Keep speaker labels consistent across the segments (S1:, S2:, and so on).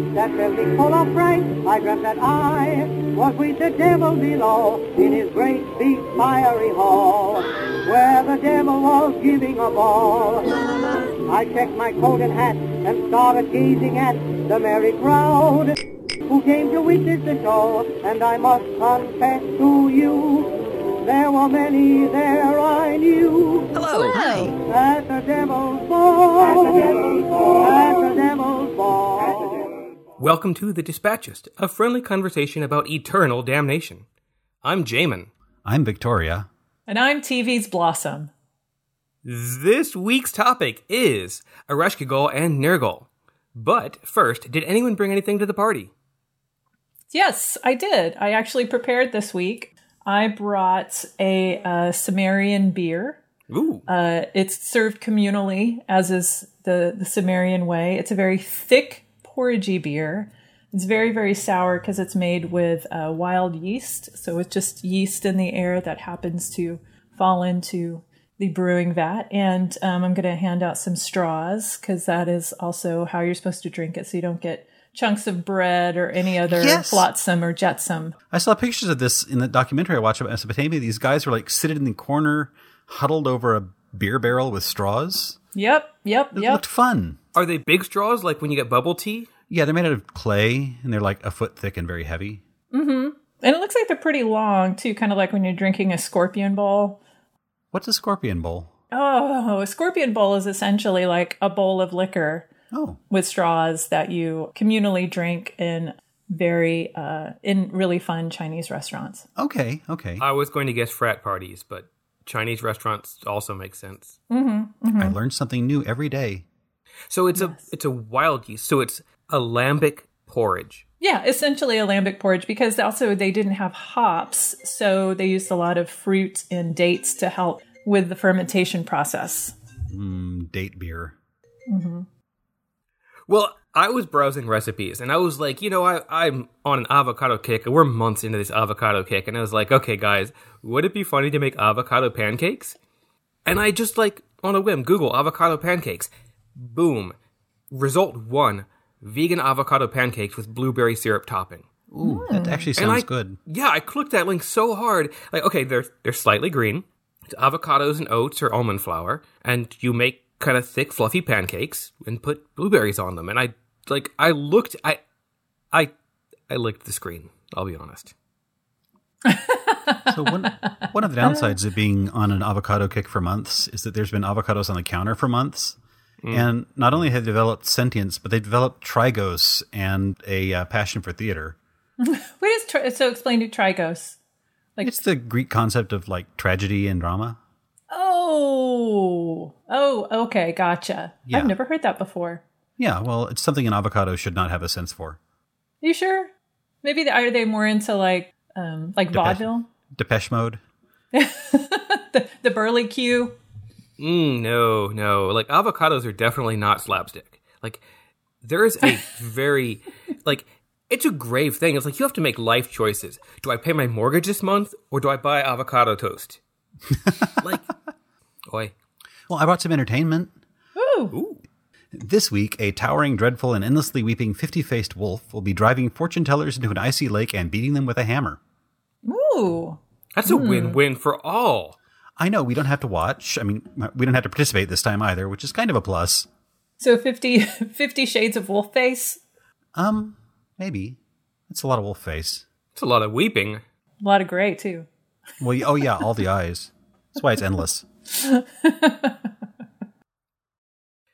S1: magic full of fright, I dreamt that I was with the devil below in his great big fiery hall, where the devil was giving a ball. I checked my coat and hat and started gazing at the merry crowd who came to witness the show, and I must confess to you, there were many there I knew.
S2: Hello.
S3: Hi.
S1: At the devil's ball. At the devil's ball. At the devil's ball.
S4: Welcome to The Dispatchist, a friendly conversation about eternal damnation. I'm Jamin.
S5: I'm Victoria.
S3: And I'm TV's Blossom.
S4: This week's topic is Ereshkigal and Nergal. But first, did anyone bring anything to the party?
S3: Yes, I did. I actually prepared this week. I brought a uh, Sumerian beer.
S4: Ooh.
S3: Uh, it's served communally, as is the, the Sumerian way. It's a very thick, porridgey beer. It's very, very sour because it's made with uh, wild yeast. So it's just yeast in the air that happens to fall into the brewing vat. And um, I'm going to hand out some straws because that is also how you're supposed to drink it so you don't get chunks of bread or any other
S5: Yes.
S3: flotsam or jetsam.
S5: I saw pictures of this in the documentary I watched about Mesopotamia. These guys were like sitting in the corner, huddled over a beer barrel with straws.
S3: Yep, yep,
S5: It
S3: yep.
S5: looked fun.
S4: Are they big straws like when you get bubble tea?
S5: Yeah, they're made out of clay and they're like a foot thick and very heavy.
S3: and it looks like they're pretty long too, kind of like when you're drinking a scorpion bowl.
S5: What's a scorpion bowl?
S3: Oh, a scorpion bowl is essentially like a bowl of liquor
S5: Oh,
S3: with straws that you communally drink in very uh in really fun Chinese restaurants.
S5: okay, okay.
S4: I was going to guess frat parties, but Chinese restaurants also make sense.
S5: I learned something new every day.
S4: So it's a it's a wild yeast. So it's alambic porridge.
S3: Yeah, essentially a lambic porridge because also they didn't have hops, so they used a lot of fruit and dates to help with the fermentation process.
S5: Mm, date beer.
S4: Well, I was browsing recipes and I was like, you know, I, I'm on an avocado kick. and We're months into this avocado kick. And I was like, okay, guys, would it be funny to make avocado pancakes? And I just like, on a whim, Google avocado pancakes. Boom. Result one vegan avocado pancakes with blueberry syrup topping.
S5: Ooh, that actually
S4: And
S5: sounds
S4: I-
S5: good.
S4: Yeah, I clicked that link so hard. Like, okay, they're they're slightly green. It's avocados and oats or almond flour, and you make kind of thick, fluffy pancakes and put blueberries on them. And I like I looked I I I licked the screen, I'll be honest.
S5: So one one of the downsides of being on an avocado kick for months is that there's been avocados on the counter for months, and not only have they developed sentience, but they developed trigos and a uh, passion for theater.
S3: What is tri- so explain to Trigos? Like-
S5: It's the Greek concept of like tragedy and drama.
S3: Oh, oh, okay, gotcha.
S5: Yeah.
S3: I've never heard that before.
S5: Yeah, well, it's something an avocado should not have a sense for.
S3: You sure? Maybe they, are they more into like um like
S5: Depeche-
S3: vaudeville,
S5: Depeche Mode.
S3: the, the burly Q?
S4: Mm, no, no. Like avocados are definitely not slapstick. Like there is a very like it's a grave thing. It's like you have to make life choices. Do I pay my mortgage this month or do I buy avocado toast? like oi.
S5: Well, I brought some entertainment.
S3: Ooh,
S5: This week, a towering, dreadful, and endlessly weeping 50 faced wolf will be driving fortune tellers into an icy lake and beating them with a hammer.
S3: ooh,
S4: That's a win-win for all.
S5: I know we don't have to watch. I mean, uh, we don't have to participate this time either, which is kind of a plus.
S3: So 50, 50 shades of wolf face.
S5: Um, maybe that's a lot of wolf face.
S4: It's a lot of weeping.
S3: A lot of gray too.
S5: Well, y- oh yeah, all the eyes. That's why it's endless.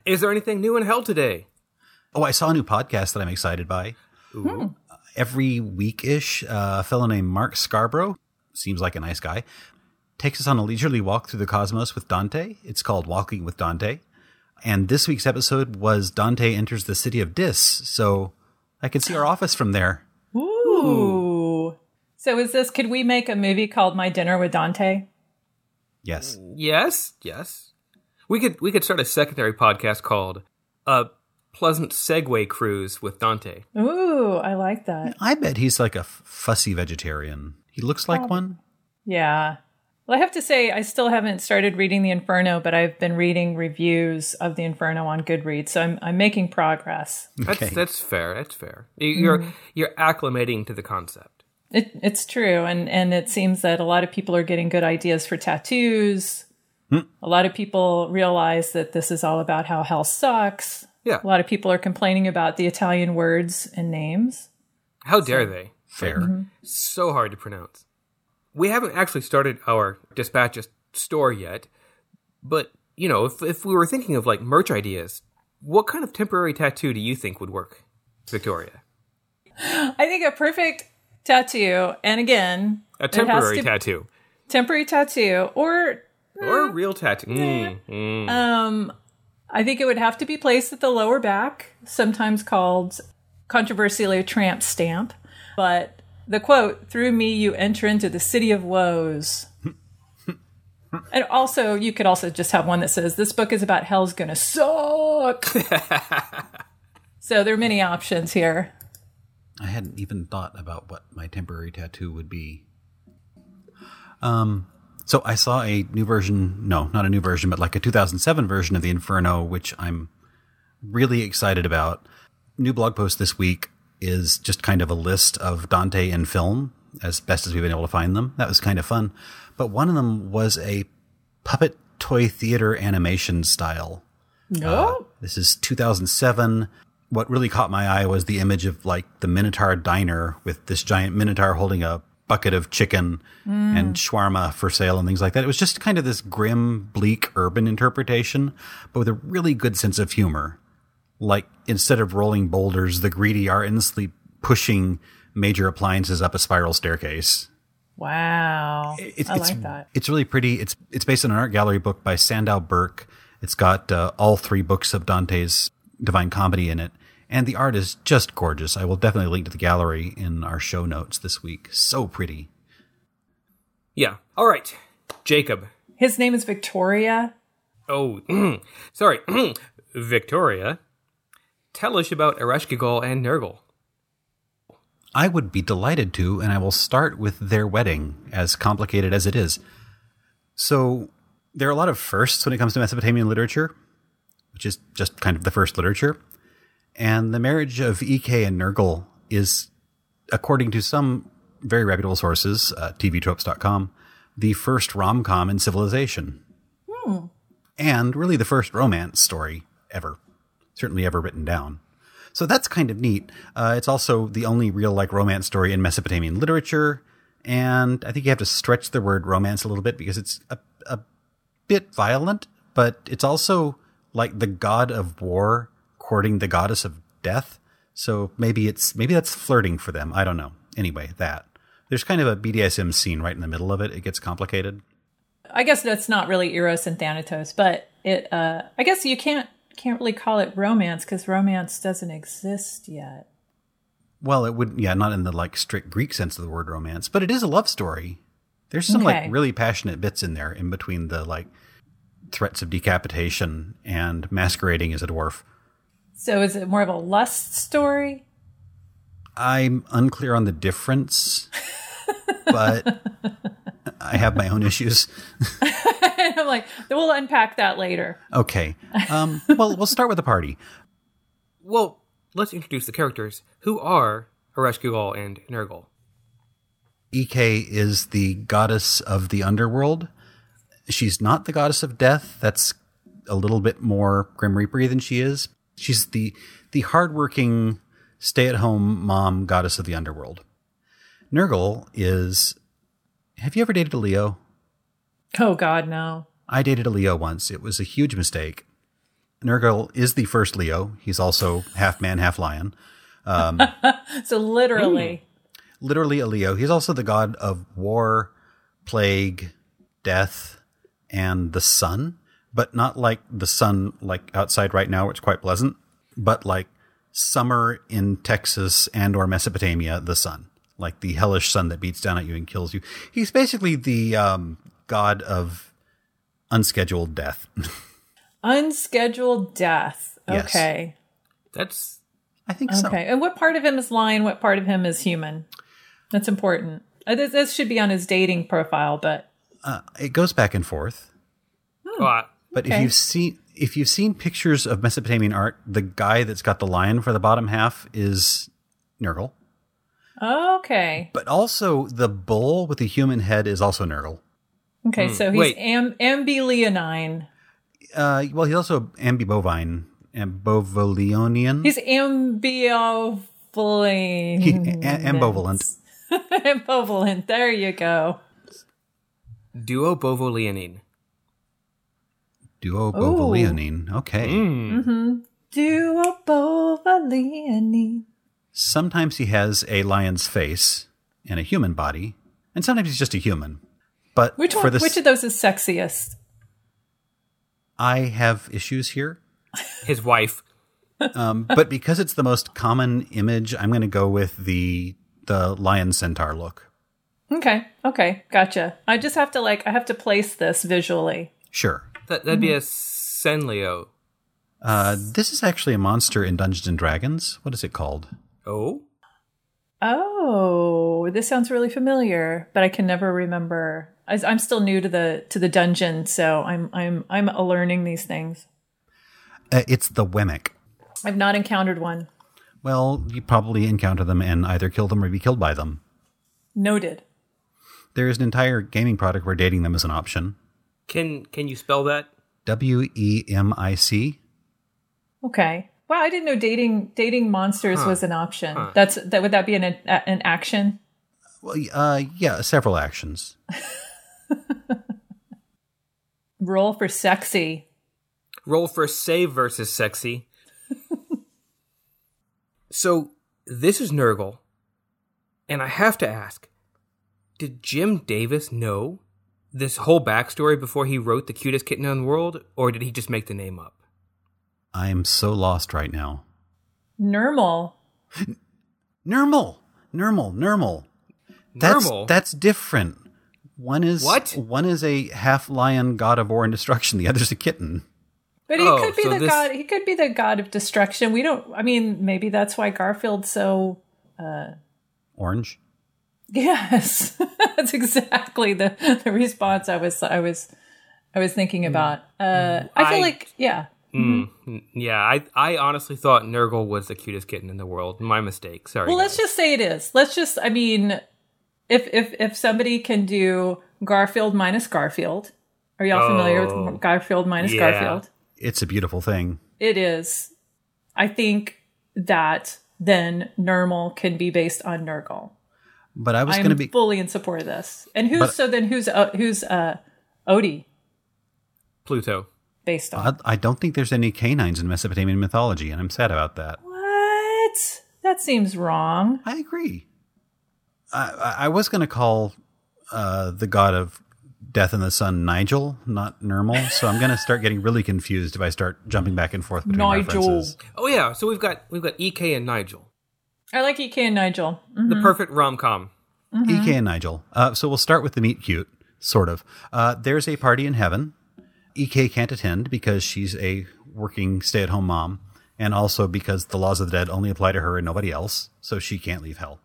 S4: Is there anything new in hell today?
S5: Oh, I saw a new podcast that I'm excited by.
S4: Ooh.
S5: Every week ish, uh, a fellow named Mark Scarborough seems like a nice guy. Takes us on a leisurely walk through the cosmos with Dante. It's called Walking with Dante. And this week's episode was Dante enters the city of Dis. So I can see our office from there.
S3: Ooh. So is this? Could we make a movie called My Dinner with Dante?
S5: Yes.
S4: Yes, yes. We could we could start a secondary podcast called "A Pleasant Segway Cruise with Dante."
S3: Ooh, I like that.
S5: I bet he's like a f- fussy vegetarian. He looks like one.
S3: Yeah. Well, I have to say, I still haven't started reading The Inferno, but I've been reading reviews of The Inferno on Goodreads, so I'm, I'm making progress.
S4: That's
S5: Okay.
S4: that's fair. That's fair. You- You're
S3: Mm-hmm.
S4: you're acclimating to the concept.
S3: It, it's true, and and it seems that a lot of people are getting good ideas for tattoos.
S4: Hmm.
S3: A lot of people realize that this is all about how hell sucks.
S4: Yeah.
S3: A lot of people are complaining about the Italian words and names.
S4: How dare they?
S5: Fair.
S4: So hard to pronounce. We haven't actually started our dispatches store yet, but you know, if if we were thinking of like merch ideas, what kind of temporary tattoo do you think would work, Victoria?
S3: I think a perfect tattoo, and again,
S4: A
S3: it has
S4: temporary
S3: to-
S4: tattoo
S3: temporary tattoo, or
S4: or a real tattoo? Mm, mm.
S3: Um, I think it would have to be placed at the lower back, sometimes called controversially a tramp stamp. But the quote, through me you enter into the city of woes. and also, you could also just have one that says, this book is about hell's gonna suck. so there are many options here.
S5: I hadn't even thought about what my temporary tattoo would be. Um, so I saw a new version, no, not a new version, but like a 2007 version of the Inferno, which I'm really excited about. New blog post this week is just kind of a list of Dante in film as best as we've been able to find them. That was kind of fun. But one of them was a puppet toy theater animation style Uh,
S3: No.
S5: this is 2007. What really caught my eye was the image of like the Minotaur diner with this giant Minotaur holding a bucket of chicken and shawarma for sale and things like that. It was just kind of this grim, bleak urban interpretation, but with a really good sense of humor. Like instead of rolling boulders, the greedy are endlessly pushing major appliances up a spiral staircase.
S3: wow.
S5: It's,
S3: I
S5: it's,
S3: like that.
S5: It's really pretty. It's it's based on an art gallery book by Sandow Burke. It's got uh, all three books of Dante's Divine Comedy in it, and the art is just gorgeous. I will definitely link to the gallery in our show notes this week. So pretty.
S4: Yeah. All right, Jacob.
S3: His name is Victoria.
S4: Oh, sorry, Victoria. Tell us about Ereshkigal and Nurgle.
S5: I would be delighted to, and I will start with their wedding, as complicated as it is. So, there are a lot of firsts when it comes to Mesopotamian literature, which is just kind of the first literature. And the marriage of Ek and Nergal is, according to some very reputable sources, uh, tvtropes.com, the first rom com in civilization. And really the first romance story ever, certainly ever written down. So that's kind of neat. Uh, it's also the only real like romance story in Mesopotamian literature, and I think you have to stretch the word romance a little bit because it's a, a bit violent, but it's also like the god of war courting the goddess of death. So maybe it's maybe that's flirting for them. I don't know. Anyway, that there's kind of a BDSM scene right in the middle of it. It gets complicated.
S3: I guess that's not really Eros and Thanatos, but it. Uh, I guess you can't can't really call it romance because romance doesn't exist yet.
S5: Well, it would, yeah, not in the like strict Greek sense of the word romance, but it is a love story. There's some
S3: Okay.
S5: like really passionate bits in there, in between the like threats of decapitation and masquerading as a dwarf.
S3: So is it more of a lust story?
S5: I'm unclear on the difference, but I have my own issues.
S3: and I'm like, we'll unpack that later.
S5: Okay, um, well, we'll start with the party.
S4: Well, let's introduce the characters. Who are Ereshkigal and Nurgle?
S5: Ek E is the goddess of the underworld. She's not the goddess of death. That's a little bit more Grim Reaper than she is. She's the the hardworking, stay at home mom goddess of the underworld. Nurgle is. Have you ever dated a Leo?
S3: Oh God, no.
S5: I dated a Leo once. It was a huge mistake. Nurgle is the first Leo. He's also half man, half lion.
S3: So literally,
S5: literally a Leo. He's also the god of war, plague, death, and the sun, but not like the sun like outside right now, which is quite pleasant, but like summer in Texas and or Mesopotamia, the sun, like the hellish sun that beats down at you and kills you. He's basically the um, god of unscheduled death.
S3: unscheduled death.
S5: Yes.
S3: Okay,
S4: That's
S5: I think so.
S3: okay. And what part of him is lion? What part of him is human? That's important. Uh, This, this should be on his dating profile, but
S5: uh, it goes back and forth.
S4: Oh, I-
S5: But if
S3: Okay.
S5: you've seen if you've seen pictures of Mesopotamian art, the guy that's got the lion for the bottom half is Nurgle.
S3: Okay.
S5: But also the bull with the human head is also Nurgle.
S3: Okay, so he's
S4: wait.
S3: am- ambilineine.
S5: Uh, well, he's also ambibovine and bovoleonian.
S3: He's ambivalent.
S5: Mm-hmm. He- a- ambivalent.
S3: ambivalent. There you go.
S4: duo bovoleonine.
S5: Duobovoleonine. Okay.
S3: Mm. Duobovalene.
S5: Sometimes he has a lion's face and a human body, and sometimes he's just a human. But
S3: Which
S5: for
S3: one?
S5: this,
S3: Which of those is sexiest?
S5: I have issues here.
S4: His wife.
S5: Um, but because it's the most common image, I'm going to go with the the lion centaur look.
S3: Okay. Okay. Gotcha. I just have to like I have to place this visually.
S5: Sure.
S4: That, that'd be a Senlio.
S5: Uh, this is actually a monster in Dungeons and Dragons. What is it called?
S4: Oh?
S3: Oh, this sounds really familiar, but I can never remember. I, I'm still new to the to the dungeon, so I'm I'm I'm learning these things.
S5: Uh, it's the Wemmick.
S3: I've not encountered one.
S5: Well, you probably encounter them and either kill them or be killed by them.
S3: Noted.
S5: There is an entire gaming product where dating them is an option.
S4: Can can you spell that?
S5: W E M I C.
S3: Okay. Wow, I didn't know dating dating monsters was an option. That's that. Would that be an an action?
S5: Well, uh, yeah, several actions.
S3: Roll for sexy.
S4: Roll for save versus sexy. so this is Nurgle, and I have to ask: Did Jim Davis know this whole backstory before he wrote the cutest kitten in the world, or did he just make the name up?
S5: I am so lost right now.
S3: Normal.
S5: Normal, normal, normal. That's
S4: Nurgle?
S5: that's different. One is
S4: What?
S5: One is a half lion god of war and destruction. The other's a kitten.
S3: But he
S4: Oh,
S3: could be
S4: so
S3: the
S4: this-
S3: god. He could be the god of destruction. We don't. I mean, maybe that's why Garfield's so.
S5: Orange.
S3: Yes, that's exactly the the response I was I was I was thinking about. Uh, I feel
S4: Mm. I-
S3: like yeah. Mm-hmm.
S4: Mm, Yeah, I I honestly thought Nurgle was the cutest kitten in the world. My mistake. Sorry.
S3: Well,
S4: guys.
S3: let's just say it is. Let's just. I mean, if if if somebody can do Garfield minus Garfield, are y'all familiar
S4: Oh.
S3: with Garfield minus
S4: Yeah.
S3: Garfield?
S5: It's a beautiful thing.
S3: It is. I think that then Nermal can be based on Nurgle.
S5: But I was
S3: I'm
S5: going to be
S3: fully in support of this. And who's
S5: But-
S3: so then who's uh, who's uh, Odie
S4: Pluto.
S3: based on?
S5: I, I don't think there's any canines in Mesopotamian mythology, and I'm sad about that.
S3: What? That seems wrong.
S5: I agree. I, I- I was going to call uh, the god of death and the sun Nigel, not Nermal. So I'm going to start getting really confused if I start jumping back and forth between
S3: Nigel.
S5: references.
S4: Oh yeah. So we've got we've got Ek and Nigel,
S3: I like EK and Nigel. Mm.
S4: the perfect rom com.
S5: EK and Nigel. Uh, so we'll start with the meet cute, sort of. Uh, there's a party in heaven. EK can't attend because she's a working stay at home mom, and also because the laws of the dead only apply to her and nobody else, so she can't leave hell.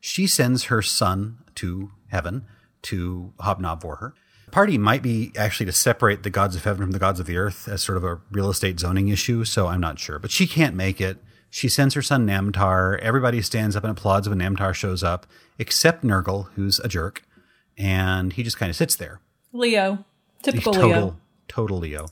S5: She sends her son to heaven to hobnob for her. Party might be actually to separate the gods of heaven from the gods of the earth as sort of a real estate zoning issue, so I'm not sure. But she can't make it. She sends her son Namtar. Everybody stands up and applauds when Namtar shows up, except Nurgle, who's a jerk, and he just kind of sits there.
S3: Leo, typical Leo.
S5: Total, total Leo.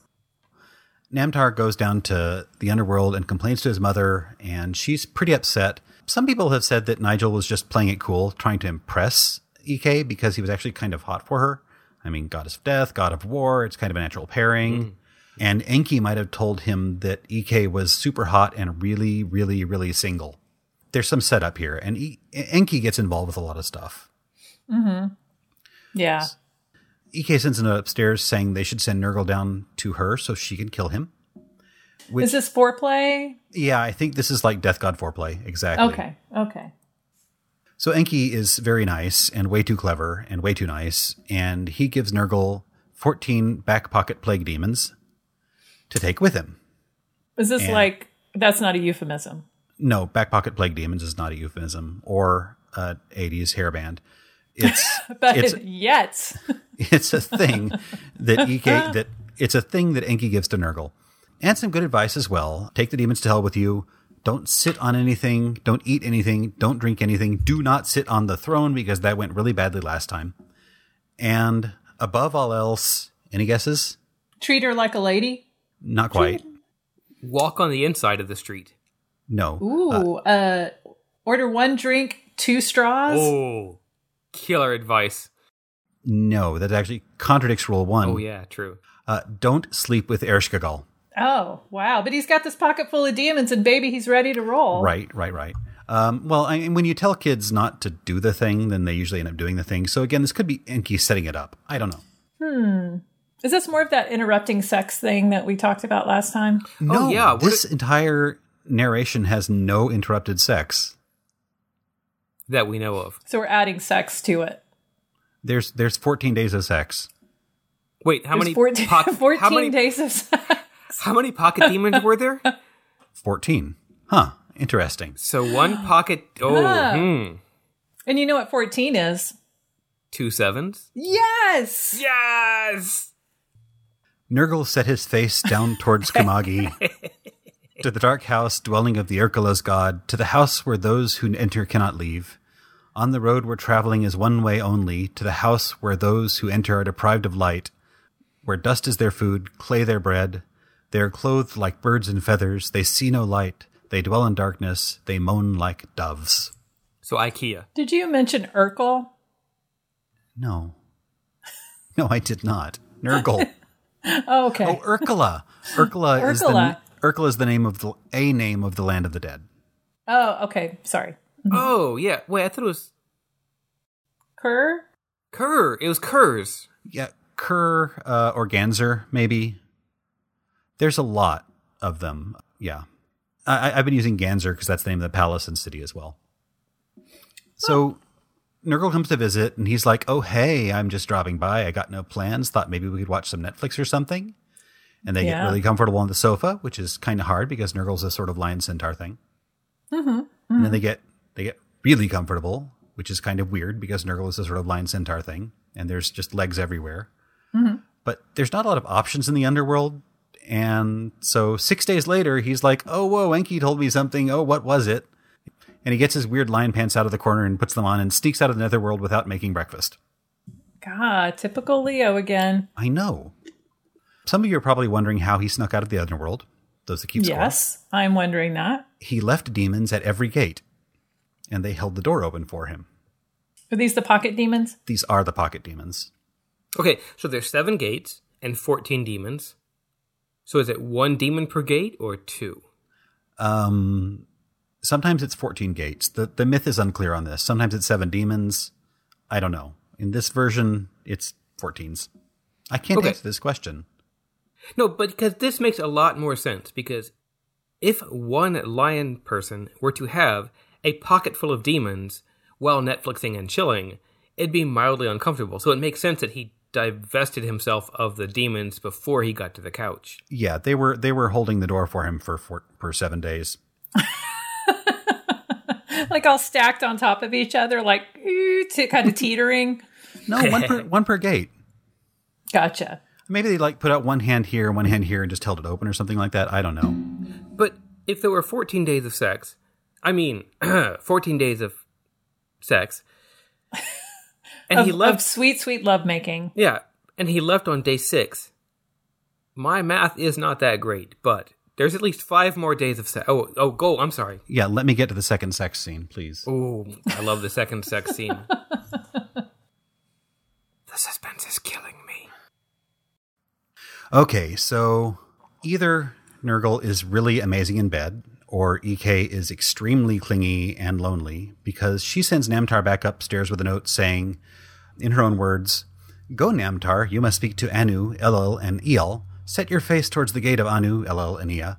S5: Namtar goes down to the underworld and complains to his mother, and she's pretty upset. Some people have said that Nigel was just playing it cool, trying to impress Ek because he was actually kind of hot for her. I mean, goddess of death, god of war, it's kind of a natural
S3: Hmm.
S5: pairing. And Enki might have told him that Ek was super hot and really, really, really single. There's some setup here, and e- Enki gets involved with a lot of stuff.
S3: Yeah.
S5: Ek E sends him upstairs saying they should send Nurgle down to her so she can kill him.
S3: Is this foreplay?
S5: Yeah, I think this is like Death God foreplay, exactly.
S3: Okay. Okay.
S5: So Enki is very nice and way too clever and way too nice, and he gives Nurgle 14 back pocket plague demons to take with him.
S3: Is this
S5: And-
S3: like that's not a euphemism?
S5: No, back pocket plague demons is not a euphemism or an 80s hairband. It's
S3: But
S5: it's
S3: yet,
S5: It's a thing that EK that it's a thing that Enki gives to Nurgle. And some good advice as well. Take the demons to hell with you. Don't sit on anything. Don't eat anything. Don't drink anything. Do not sit on the throne because that went really badly last time. And above all else, any guesses?
S3: Treat her like a lady.
S5: Not quite.
S4: Walk on the inside of the street.
S5: No.
S3: Ooh, uh, order one drink, two straws.
S4: Oh, killer advice.
S5: No, that actually contradicts rule one.
S4: Oh yeah, true.
S5: Uh, don't sleep with Ershkigal.
S3: Oh, wow. But he's got this pocket full of demons and baby, he's ready to roll.
S5: Right, right, right. Um, well, I mean, when you tell kids not to do the thing, then they usually end up doing the thing. So again, this could be Enki setting it up. I don't know.
S4: Oh,
S3: Is this more of that interrupting sex thing that we talked about last time?
S5: No,
S4: yeah, what
S5: this entire narration has no interrupted sex.
S4: That we know of.
S3: So we're adding sex to it.
S5: There's there's 14 days of sex.
S4: Wait, how
S3: There's
S4: many
S3: 14,
S4: poc- how
S3: 14
S4: many
S3: days of sex.
S4: how many pocket demons were there?
S5: 14. Huh. Interesting.
S4: So one pocket. Oh,
S3: Ah.
S4: hmm.
S3: And you know what 14 is?
S4: Two sevens.
S3: Yes!
S4: Yes.
S5: Nurgle set his face down towards Kamagi, to the dark house dwelling of the Urkula's god, to the house where those who enter cannot leave. On the road where traveling is one way only, to the house where those who enter are deprived of light, where dust is their food, clay their bread. They are clothed like birds in feathers, they see no light, they dwell in darkness, they moan like doves.
S4: So IKEA.
S3: Did you mention Urkel?
S5: No. No, I did not. Nurgle.
S3: Oh, okay.
S5: Oh, Urkula. Urkula, is the
S3: Urkula.
S5: Urkula is the name of the a name of the land of the dead.
S3: oh, okay. Sorry.
S4: Oh yeah. Wait, I thought it was
S3: Kerr?
S4: Kerr. It was Kerr's.
S5: Yeah, Kerr uh, or Ganzer maybe. There's a lot of them. Yeah, I, I- I've been using Ganzer because that's the name of the palace and city as well. So. Nurgle comes to visit and he's like, Oh, hey, I'm just dropping by. I got no plans. Thought maybe we could watch some Netflix or something. And they get
S3: Yeah.
S5: really comfortable on the sofa, which is kind of hard because Nurgle's a sort of lion centaur thing. and then they get they get really comfortable, which is kind of weird because Nurgle is a sort of lion centaur thing, and there's just legs everywhere. But there's not a lot of options in the underworld, and so six days later, he's like, "Oh, whoa, Enki told me something. Oh, what was it?" And he gets his weird lion pants out of the corner and puts them on and sneaks out of the netherworld without making breakfast.
S3: God, typical Leo again.
S5: I know. Some of you are probably wondering how he snuck out of the underworld. Those that keep score.
S3: Yes, I'm wondering that.
S5: He left demons at every gate, and they held the door open for him.
S3: Are these the pocket demons?
S5: These are the pocket demons.
S4: Okay, so there's seven gates and fourteen demons. So is it one demon per gate or two?
S5: Um, sometimes it's 14 gates. The, the myth is unclear on this. Sometimes it's seven demons. I don't know. In this version, it's 14s. I can't
S4: Okay.
S5: answer this question.
S4: No, but because this makes a lot more sense. Because if one lion person were to have a pocket full of demons while Netflixing and chilling, it'd be mildly uncomfortable. So it makes sense that he divested himself of the demons before he got to the couch.
S5: Yeah, they were they were holding the door for him for four, for seven days.
S3: Like all stacked on top of each other, like ooh, t- kind of teetering.
S5: No, one per one per gate.
S3: Gotcha.
S5: Maybe they like put out one hand here, one hand here, and just held it open or something like that. I don't know.
S4: But if there were 14 days of sex, I mean, 14 days of sex, and
S3: of,
S4: he
S3: of
S4: left.
S3: sweet, sweet lovemaking.
S4: Yeah, and he left on day six. My math is not that great, but there's at least five more days of sex. Oh, oh, go! I'm sorry.
S5: Yeah, let me get to the second sex scene, please.
S4: Oh, I love the second sex scene. the suspense is killing me.
S5: Okay, so either Nurgle is really amazing in bed, or EK is extremely clingy and lonely because she sends Namtar back upstairs with a note saying, in her own words, Go, Namtar, you must speak to Anu, Elul, and Eel. Set your face towards the gate of Anu, Elul, and Ea,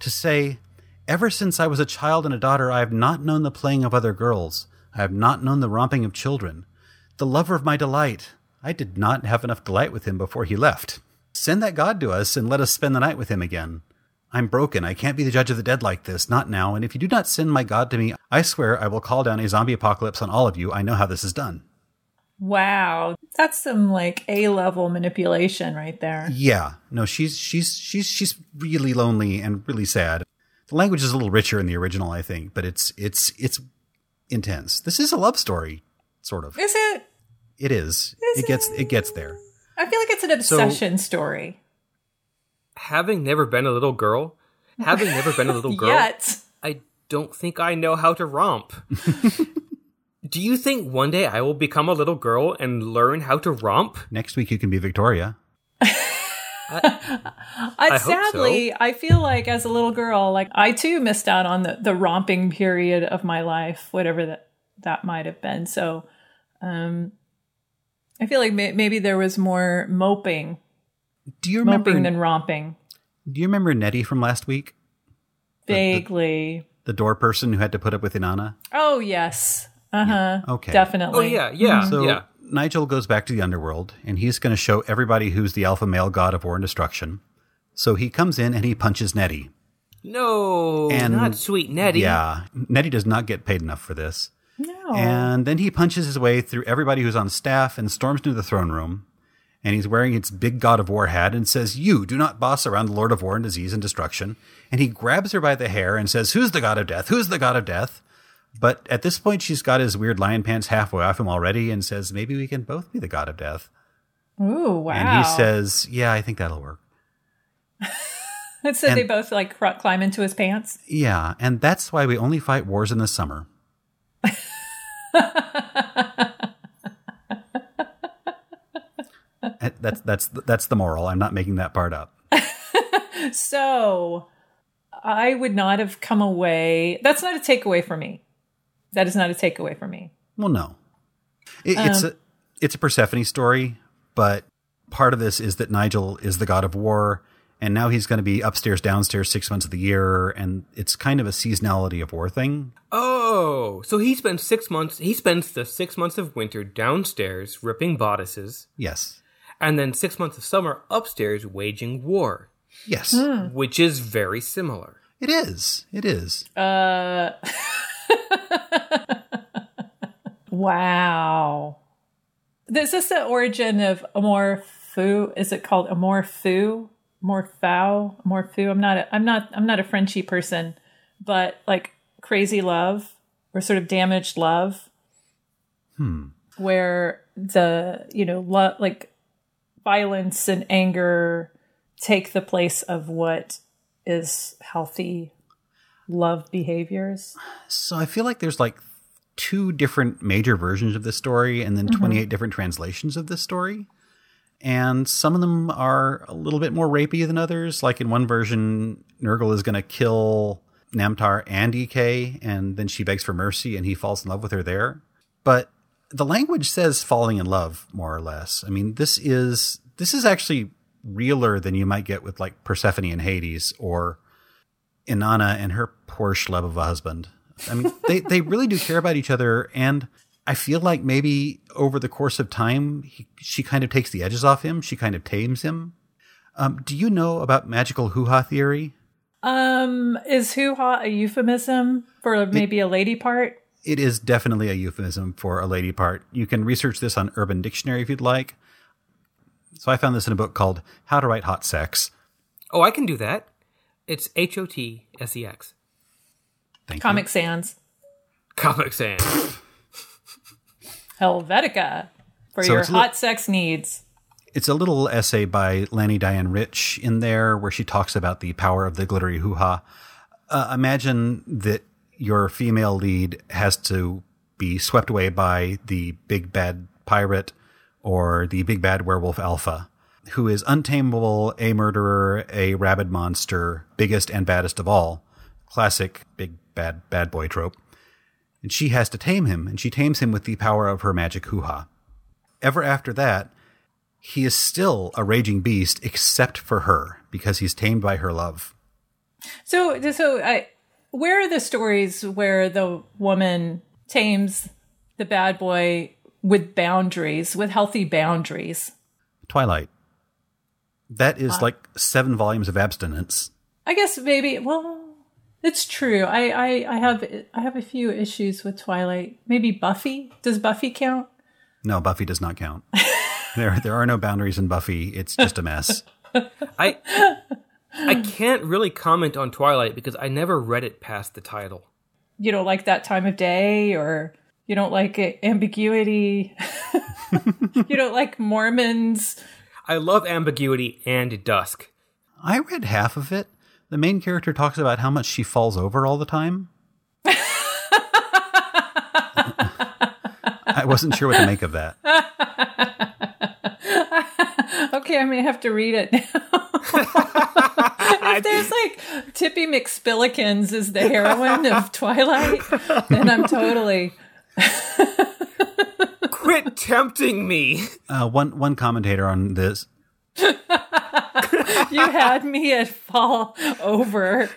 S5: to say, Ever since I was a child and a daughter, I have not known the playing of other girls. I have not known the romping of children. The lover of my delight. I did not have enough delight with him before he left. Send that god to us and let us spend the night with him again. I'm broken. I can't be the judge of the dead like this, not now. And if you do not send my god to me, I swear I will call down a zombie apocalypse on all of you. I know how this is done.
S3: Wow. That's some like A level manipulation right there.
S5: Yeah, no, she's she's she's she's really lonely and really sad. The language is a little richer in the original, I think, but it's it's it's intense. This is a love story, sort of.
S3: Is it?
S5: It is.
S3: Is
S5: it gets it gets there.
S3: I feel like it's an obsession story.
S4: Having never been a little girl, having never been a little girl,
S3: Yet.
S4: I don't think I know how to romp. Do you think one day I will become a little girl and learn how to romp?
S5: Next week you can be Victoria.
S3: I,
S4: I hope
S3: sadly, I feel like as a little girl, like I too missed out on the, the romping period of my life, whatever that that might have been. So, um, I feel like may, maybe there was more moping,
S5: Do you remember?
S3: moping than romping.
S5: do you remember Nettie from last week?
S3: Vaguely.
S5: The door person who had to put up with Inanna.
S3: Oh yes. Uh huh.
S5: okay.
S3: Definitely.
S4: Oh yeah, yeah,
S5: Mm-hmm. So
S4: yeah.
S5: Nigel goes back to the underworld and he's going to show everybody who's the alpha male god of war and destruction. So he comes in and he punches Nettie.
S4: No,
S5: And-
S4: not sweet Nettie.
S5: Yeah, Nettie does not get paid enough for this.
S3: No.
S5: And then he punches his way through everybody who's on staff and storms into the throne room. And he's wearing its big God of War hat and says, You do not boss around the Lord of War and Disease and Destruction. And he grabs her by the hair and says, Who's the God of Death? Who's the God of Death? But at this point, she's got his weird lion pants halfway off him already and says, Maybe we can both be the God of Death.
S3: Ooh wow.
S5: And he says, Yeah, I think that'll work.
S3: And so they
S5: and-
S3: both like cr- climb into his pants.
S5: Yeah, and that's why we only fight wars in the summer. Uh, that's that's that's the moral. I'm not making that part up.
S3: So I would not have come away. That's not a takeaway for me. That is not a takeaway for me.
S5: Well, no, it, it's a it's a Persephone story, but part of this is that Nigel is the god of war, and now he's going to be upstairs, downstairs, six months of the year, and it's kind of a seasonality of war thing.
S4: Oh, so he spends six months. He spends the six months of winter downstairs ripping bodices,
S5: Yes,
S4: and then six months of summer upstairs waging war,
S5: yes,
S4: which is very similar.
S5: it is, it is.
S3: Uh Wow. This is the origin of amorfu. Is it called amorfu? Morphou? Amorfu? I'm not a, I'm not I'm not a Frenchy person, but like crazy love or sort of damaged love. Hmm. Where the, you know, lo- like violence and anger take the place of what is healthy love behaviors.
S5: So I feel like there's like two different major versions of this story and then 28 different translations of this story. And some of them are a little bit more rapey than others. Like in one version, Nurgle is going to kill Namtar and EK, and then she begs for mercy and he falls in love with her there. But the language says falling in love more or less. I mean, this is this is actually realer than you might get with like Persephone and Hades or Inanna and her Porsche love of a husband. I mean, they, they really do care about each other. And I feel like maybe over the course of time, he, she kind of takes the edges off him. She kind of tames him. Um, do you know about magical hoo ha theory?
S3: Um, is hoo ha a euphemism for maybe a lady part?
S5: It is definitely a euphemism for a lady part. You can research this on Urban Dictionary if you'd like. So I found this in a book called How to Write Hot Sex.
S4: Oh, I can do that. It's H O T S E X.
S5: Thank
S3: Comic Sans,
S4: Comic Sans.
S3: Helvetica, for
S5: So
S3: your
S5: it's a li-
S3: hot sex needs.
S5: you. It's a little essay by Lanny Diane Rich in there where she talks about the power of the glittery hoo ha. imagine that your female lead has to be swept away by the big bad pirate or the big bad werewolf alpha, who is untamable, a murderer, a rabid monster, biggest and baddest of all. Classic big bad bad boy trope. And she has to tame him, and she tames him with the power of her magic hoo ha. Ever after that, he is still a raging beast, except for her, because he's tamed by her love.
S3: So, so I, where are the stories where the woman tames the bad boy with boundaries, with healthy boundaries?
S5: Twilight. That is like seven volumes of abstinence.
S3: I guess maybe. Well, it's true. I, I, I have I have a few issues with Twilight. Maybe Buffy. Does Buffy count?
S5: No, Buffy does not count. there, there are no boundaries in Buffy. It's just a mess.
S4: I I can't really comment on Twilight because I never read it past the title.
S3: You don't like that time of day, or you don't like a- ambiguity. you don't like Mormons.
S4: I love ambiguity and dusk.
S5: I read half of it. The main character talks about how much she falls over all the time. I wasn't sure what to make of that.
S3: Okay, I may have to read it now. if there's like Tippy McSpillikins is the heroine of Twilight, then I'm totally.
S4: Quit tempting me.
S5: Uh, one one commentator on this
S3: You had me at fall over.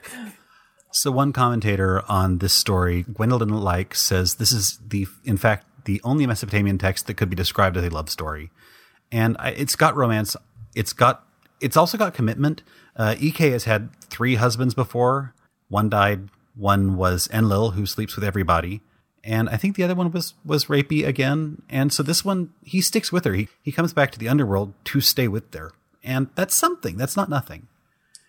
S5: So one commentator on this story, Gwendolyn Like, says this is the, in fact, the only Mesopotamian text that could be described as a love story, and I, it's got romance. It's got, it's also got commitment. Uh, Ek has had three husbands before. One died. One was Enlil, who sleeps with everybody, and I think the other one was was rapey again. And so this one, he sticks with her. He he comes back to the underworld to stay with her, and that's something. That's not nothing.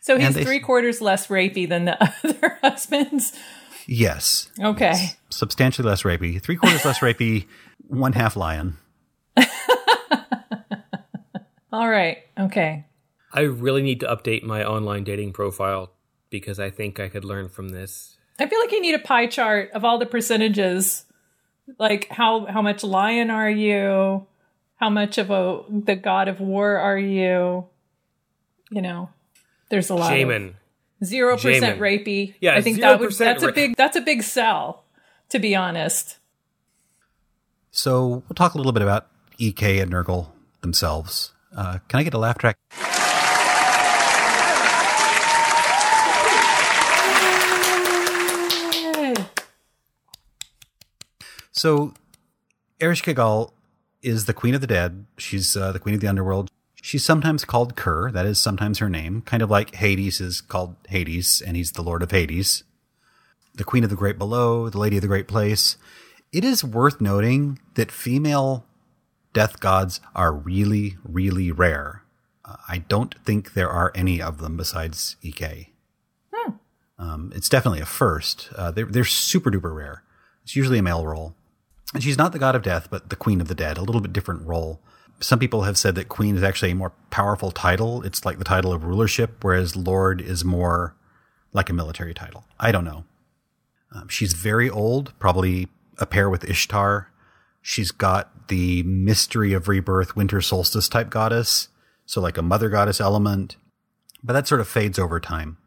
S3: So he's
S5: they-
S3: three quarters less rapey than the other husbands.
S5: Yes.
S3: Okay.
S5: substantially less rapey, three quarters less rapey, one half lion.
S3: All right. Okay.
S4: I really need to update my online dating profile because I think I could learn from this.
S3: I feel like you need a pie chart of all the percentages. Like how how much lion are you? How much of a the god of war are you? You know, there's a lot.
S4: Shaman.
S3: Zero
S4: Jamin.
S3: percent rapey.
S4: Yeah,
S3: I think that would
S4: 0%
S3: that's a
S4: ra-
S3: big that's a big sell. To be honest,
S5: So we'll talk a little bit about EK and Nurgle themselves. Uh, can I get a laugh track?
S3: Yay.
S5: So Erish Kigal is the queen of the dead. She's uh, the queen of the underworld. She's sometimes called Kerr. That is sometimes her name, kind of like Hades is called Hades, and he's the lord of Hades. The queen of the great below, the lady of the great place. It is worth noting that female death gods are really, really rare. Uh, I don't think there are any of them besides Ek. Um, it's definitely a first. Uh, they're, they're super duper rare. It's usually a male role. And she's not the god of death, but the queen of the dead, a little bit different role. Some people have said that queen is actually a more powerful title. It's like the title of rulership, whereas lord is more like a military title. I don't know. Um, she's very old, probably a pair with Ishtar. She's got the mystery of rebirth, winter solstice type goddess. So, like a mother goddess element. But that sort of fades over time.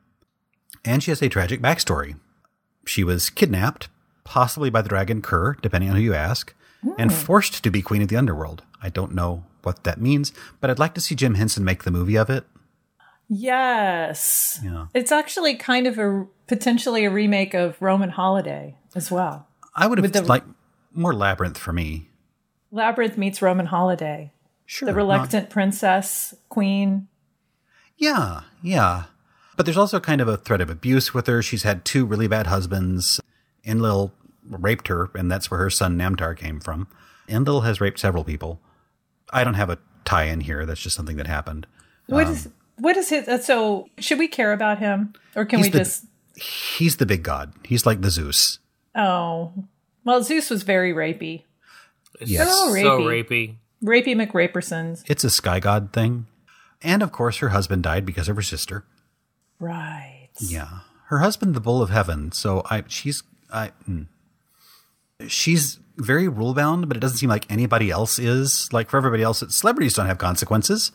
S5: And she has a tragic backstory. She was kidnapped, possibly by the dragon Kerr, depending on who you ask,
S3: Hmm.
S5: and forced to be queen of the underworld. I don't know what that means, but I'd like to see Jim Henson make the movie of it.
S3: yes,
S5: Yeah.
S3: it's actually kind of a potentially a remake of Roman Holiday as well.
S5: I would have
S3: With the-
S5: liked more Labyrinth for me.
S3: Labyrinth meets Roman Holiday.
S5: Sure.
S3: the
S5: not-
S3: reluctant princess queen
S5: Yeah, yeah. But there's also kind of a threat of abuse with her. She's had two really bad husbands. Enlil raped her, and that's where her son Namtar came from. Enlil has raped several people. I don't have a tie in here. That's just something that happened.
S3: What
S5: Um,
S3: is what is his uh, so should we care about him or can
S5: He's
S3: we
S5: the-
S3: just
S5: He's the big god. He's like the Zeus.
S3: oh well zeus was very rapey
S4: It's
S5: Yes.
S3: Oh,
S4: so rapey.
S3: rapey. rapey mcrapersons
S5: It's a sky god thing. And of course, her husband died because of her sister.
S3: right
S5: Yeah, her husband, the bull of heaven. So I, she's, I, mm. she's very rule bound, but it doesn't seem like anybody else is. Like for everybody else, it's celebrities don't have consequences,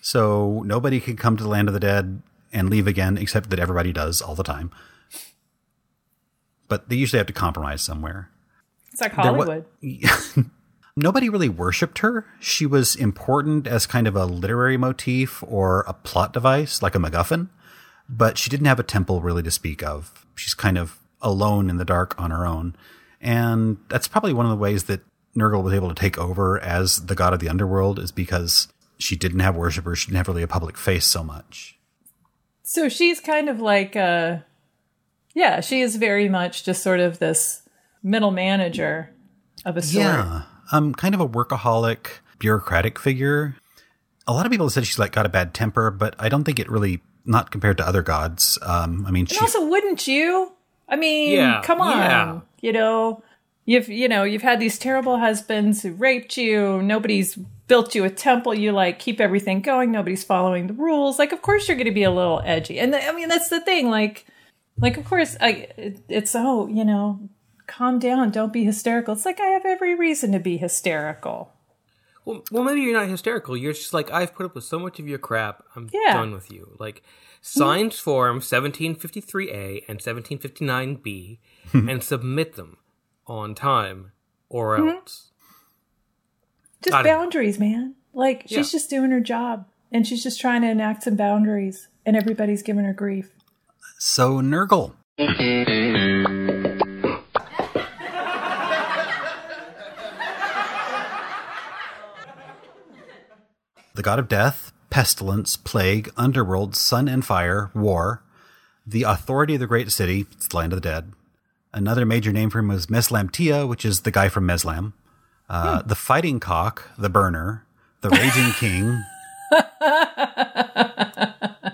S5: so nobody can come to the land of the dead and leave again, except that everybody does all the time. But they usually have to compromise somewhere.
S3: it's like
S5: There wa-
S3: hollywood
S5: Nobody really worshipped her. She was important as kind of a literary motif or a plot device, like a MacGuffin, but she didn't have a temple really to speak of. She's kind of alone in the dark on her own. And that's probably one of the ways that Nurgle was able to take over as the god of the underworld is because she didn't have worshippers. She didn't have really a public face so much.
S3: so she's kind of like uh yeah she is very much just sort of this middle manager of a sort
S5: Yeah, um, kind of a workaholic, bureaucratic figure. A lot of people said she's like got a bad temper, but I don't think it really. Not compared to other gods. Um, I mean,
S3: And
S5: she
S3: also, wouldn't you? I mean,
S4: Yeah,
S3: come on.
S4: yeah.
S3: You know, you've you know you've had these terrible husbands who raped you. Nobody's built you a temple. You like keep everything going. Nobody's following the rules. Like, of course you're going to be a little edgy. And I mean, that's the thing. Like, like of course, I it- it's oh you know, calm down. Don't be hysterical. It's like I have every reason to be hysterical.
S4: Well, well, maybe you're not hysterical. You're just like I've put up with so much of your crap. I'm
S3: Yeah.
S4: done with you. Like sign form 1753A and 1759B and submit them on time or
S3: Mm-hmm.
S4: else.
S3: Just
S4: I don't know.
S3: boundaries, man. Like she's
S4: Yeah.
S3: just doing her job and she's just trying to enact some boundaries, and everybody's giving her grief.
S5: so Nurgle. the god of death, pestilence, plague, underworld, sun and fire, war, the authority of the great city, it's the land of the dead. Another major name for him was Meslamtia, which is the guy from Meslam.
S3: Hmm.
S5: Uh, The fighting cock, the burner, the raging king.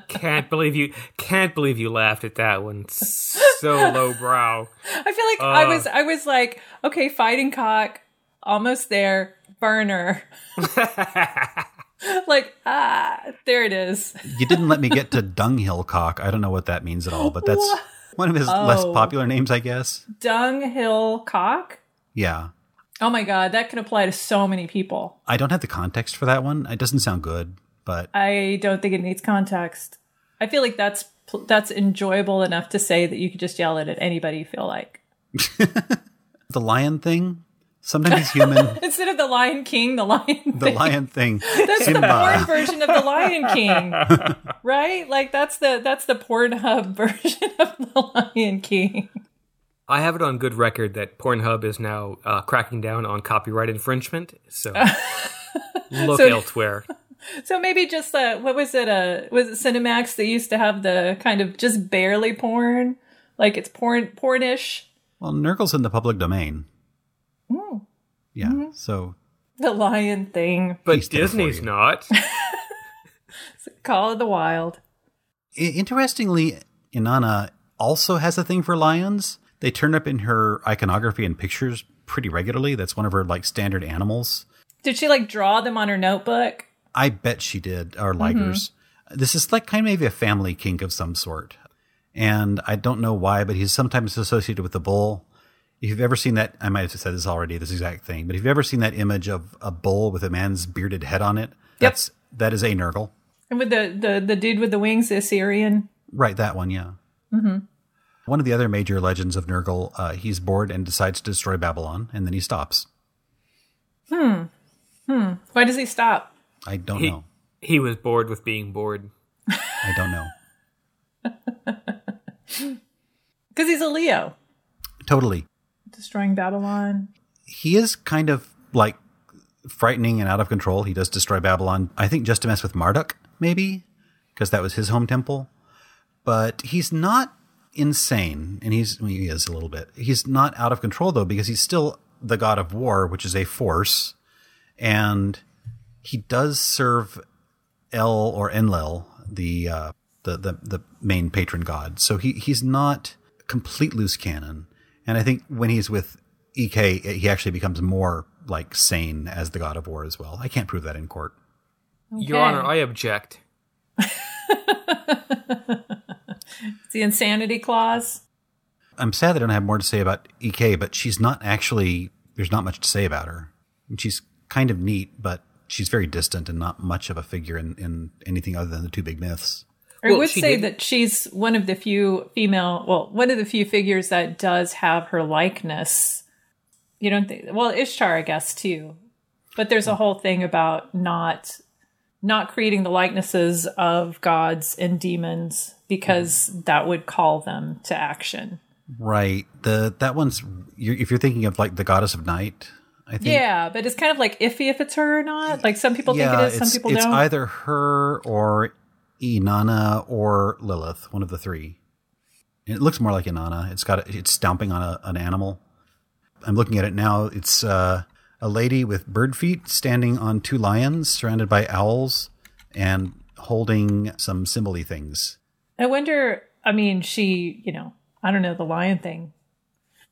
S4: Can't believe you can't believe you laughed at that one. So lowbrow.
S3: I feel like I was I was like, okay, fighting cock, almost there, burner. like, ah, there it is.
S5: You didn't let me get to dunghill cock. I don't know what that means at all, but that's
S3: What?
S5: one of his less
S3: Oh.
S5: popular names, I guess.
S3: Dunghill cock.
S5: Yeah.
S3: Oh my god, that can apply to so many people.
S5: I don't have the context for that one. It doesn't sound good, but
S3: I don't think it needs context. I feel like that's pl- that's enjoyable enough to say that you could just yell it at anybody you feel like.
S5: the lion thing, sometimes he's human.
S3: Instead of the Lion King, the Lion
S5: the lion thing.
S3: That's the porn version of the Lion King, right? Like that's the that's the Pornhub version of the Lion King.
S4: I have it on good record that Pornhub is now uh, cracking down on copyright infringement. So look
S3: So-
S4: elsewhere.
S3: So maybe just uh, what was it? Uh, was it Cinemax that used to have the kind of just barely porn, like it's porn pornish.
S5: Well, Nurgle's in the public domain.
S3: Hmm.
S5: Yeah.
S3: Mm-hmm.
S5: So
S3: The Lion Thing,
S4: But
S5: He's there for
S4: Disney's
S5: you.
S4: not.
S3: Call of the Wild.
S5: I- interestingly, Inanna also has a thing for lions. They turn up in her iconography and pictures pretty regularly. That's one of her like standard animals.
S3: Did she like draw them on her notebook?
S5: I bet she did, or Ligers. This is like kind of maybe a family kink of some sort. And I don't know why, but he's sometimes associated with the bull. If you've ever seen that, I might have said this already, this exact thing, but if you've ever seen that image of a bull with a man's bearded head on it, that's that is a Nurgle.
S3: And with the the the dude with the wings, the Assyrian.
S5: Right, that one, yeah. Mm-hmm. One of the other major legends of Nurgle, uh, he's bored and decides to destroy Babylon, and then he stops.
S3: Why does he stop?
S5: I don't
S4: He-
S5: know.
S4: He was bored with being bored.
S5: I don't know.
S3: Because he's a Leo,
S5: Totally.
S3: destroying Babylon.
S5: he is kind of like frightening and out of control. He does destroy Babylon, I think, just to mess with Marduk, maybe, because that was his home temple. But he's not insane, and he's well, he is a little bit. He's not out of control though, because he's still the god of war, which is a force, and he does serve El or Enlil, the uh, the, the the main patron god. So he he's not complete loose cannon. And I think when he's with Ek, he actually becomes more like sane as the god of war as well. I can't prove that in court.
S4: Your
S3: Okay.
S4: Honor, I object.
S3: It's the insanity clause.
S5: I'm sad that I don't have more to say about Ek, but she's not actually. There's not much to say about her. And She's kind of neat, but she's very distant and not much of a figure in, in anything other than the two big myths.
S3: I
S4: Well,
S3: would
S4: she
S3: say
S4: did-
S3: that she's one of the few female, well, one of the few figures that does have her likeness. You don't think? Well, Ishtar, I guess, too. But there's a
S4: Hmm.
S3: whole thing about not not creating the likenesses of gods and demons because
S4: Hmm.
S3: that would call them to action.
S5: Right. The that one's you if you're thinking of like the goddess of night, I
S4: Hmm.
S5: think.
S3: Yeah, but it's kind of like iffy if it's her or not. Like some people think it is, some
S5: it's,
S3: people
S5: it's
S3: don't.
S5: either her or Inanna or Lilith, one of the three. And It looks more like Inanna. It's got a, it's stomping on a, an animal. I'm looking at it now. It's uh, a a lady with bird feet standing on two lions surrounded by owls and holding some symbol things.
S3: I wonder, I mean, she, you know, I don't know, the lion thing.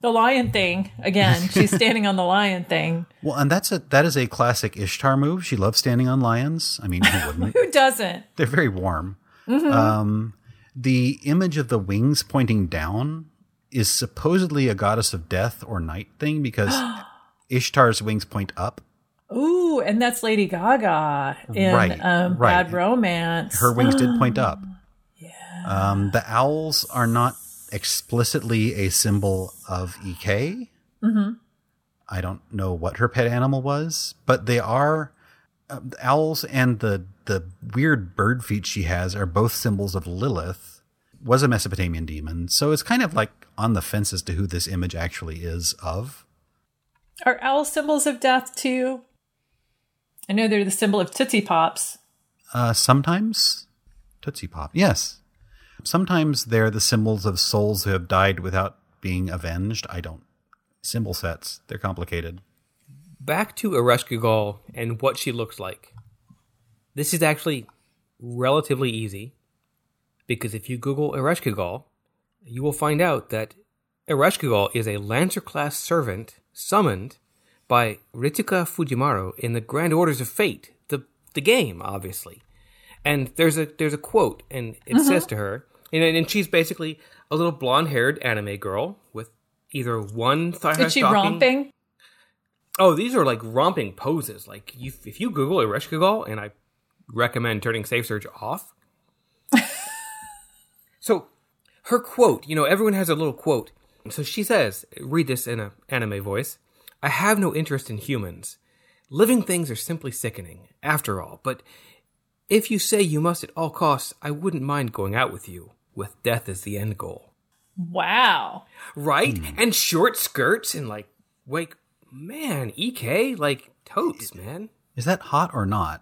S3: The lion thing again. She's standing on the lion thing.
S5: Well, and that's a that is a classic Ishtar move. She loves standing on lions. I mean, who wouldn't?
S3: Who doesn't?
S5: They're very warm. Um, the image of the wings pointing down is supposedly a goddess of death or night thing because Ishtar's wings point up.
S3: Ooh, and that's Lady Gaga in
S5: Right,
S3: um,
S5: right.
S3: Bad Romance.
S5: Her wings did point up. Ah, Yeah. Um, the owls are not explicitly a symbol of EK. Mm-hmm. I don't know what her pet animal was, but they are uh, the owls and the the weird bird feet she has are both symbols of Lilith. Was a Mesopotamian demon, so it's kind of like on the fence as to who this image actually is of.
S3: Are owls symbols of death too? I know they're the symbol of Tootsie Pops.
S5: Uh, sometimes Tootsie Pop, yes. Sometimes they're the symbols of souls who have died without being avenged. I don't. Symbol sets, they're complicated.
S4: back to Ereshkigal and what she looks like. This is actually relatively easy because if you Google Ereshkigal, you will find out that Ereshkigal is a Lancer class servant summoned by Ritika Fujimaru in the Grand Orders of Fate, the the game, obviously. And there's a there's a quote, and it says to her, and, and she's basically a little blonde-haired anime girl with either one thigh high
S3: Is she
S4: stocking-
S3: romping?
S4: Oh, these are like romping poses. Like you, if you Google Ereshkigal, and I recommend turning Safe Search off. so, her quote. You know, everyone has a little quote. So she says, "Read this in a anime voice." I have no interest in humans. Living things are simply sickening, after all. But if you say you must at all costs, I wouldn't mind going out with you, with death as the end goal
S3: Wow.
S4: right? And short skirts and like, like, man, EK, like totes, man,
S5: Is that hot or not?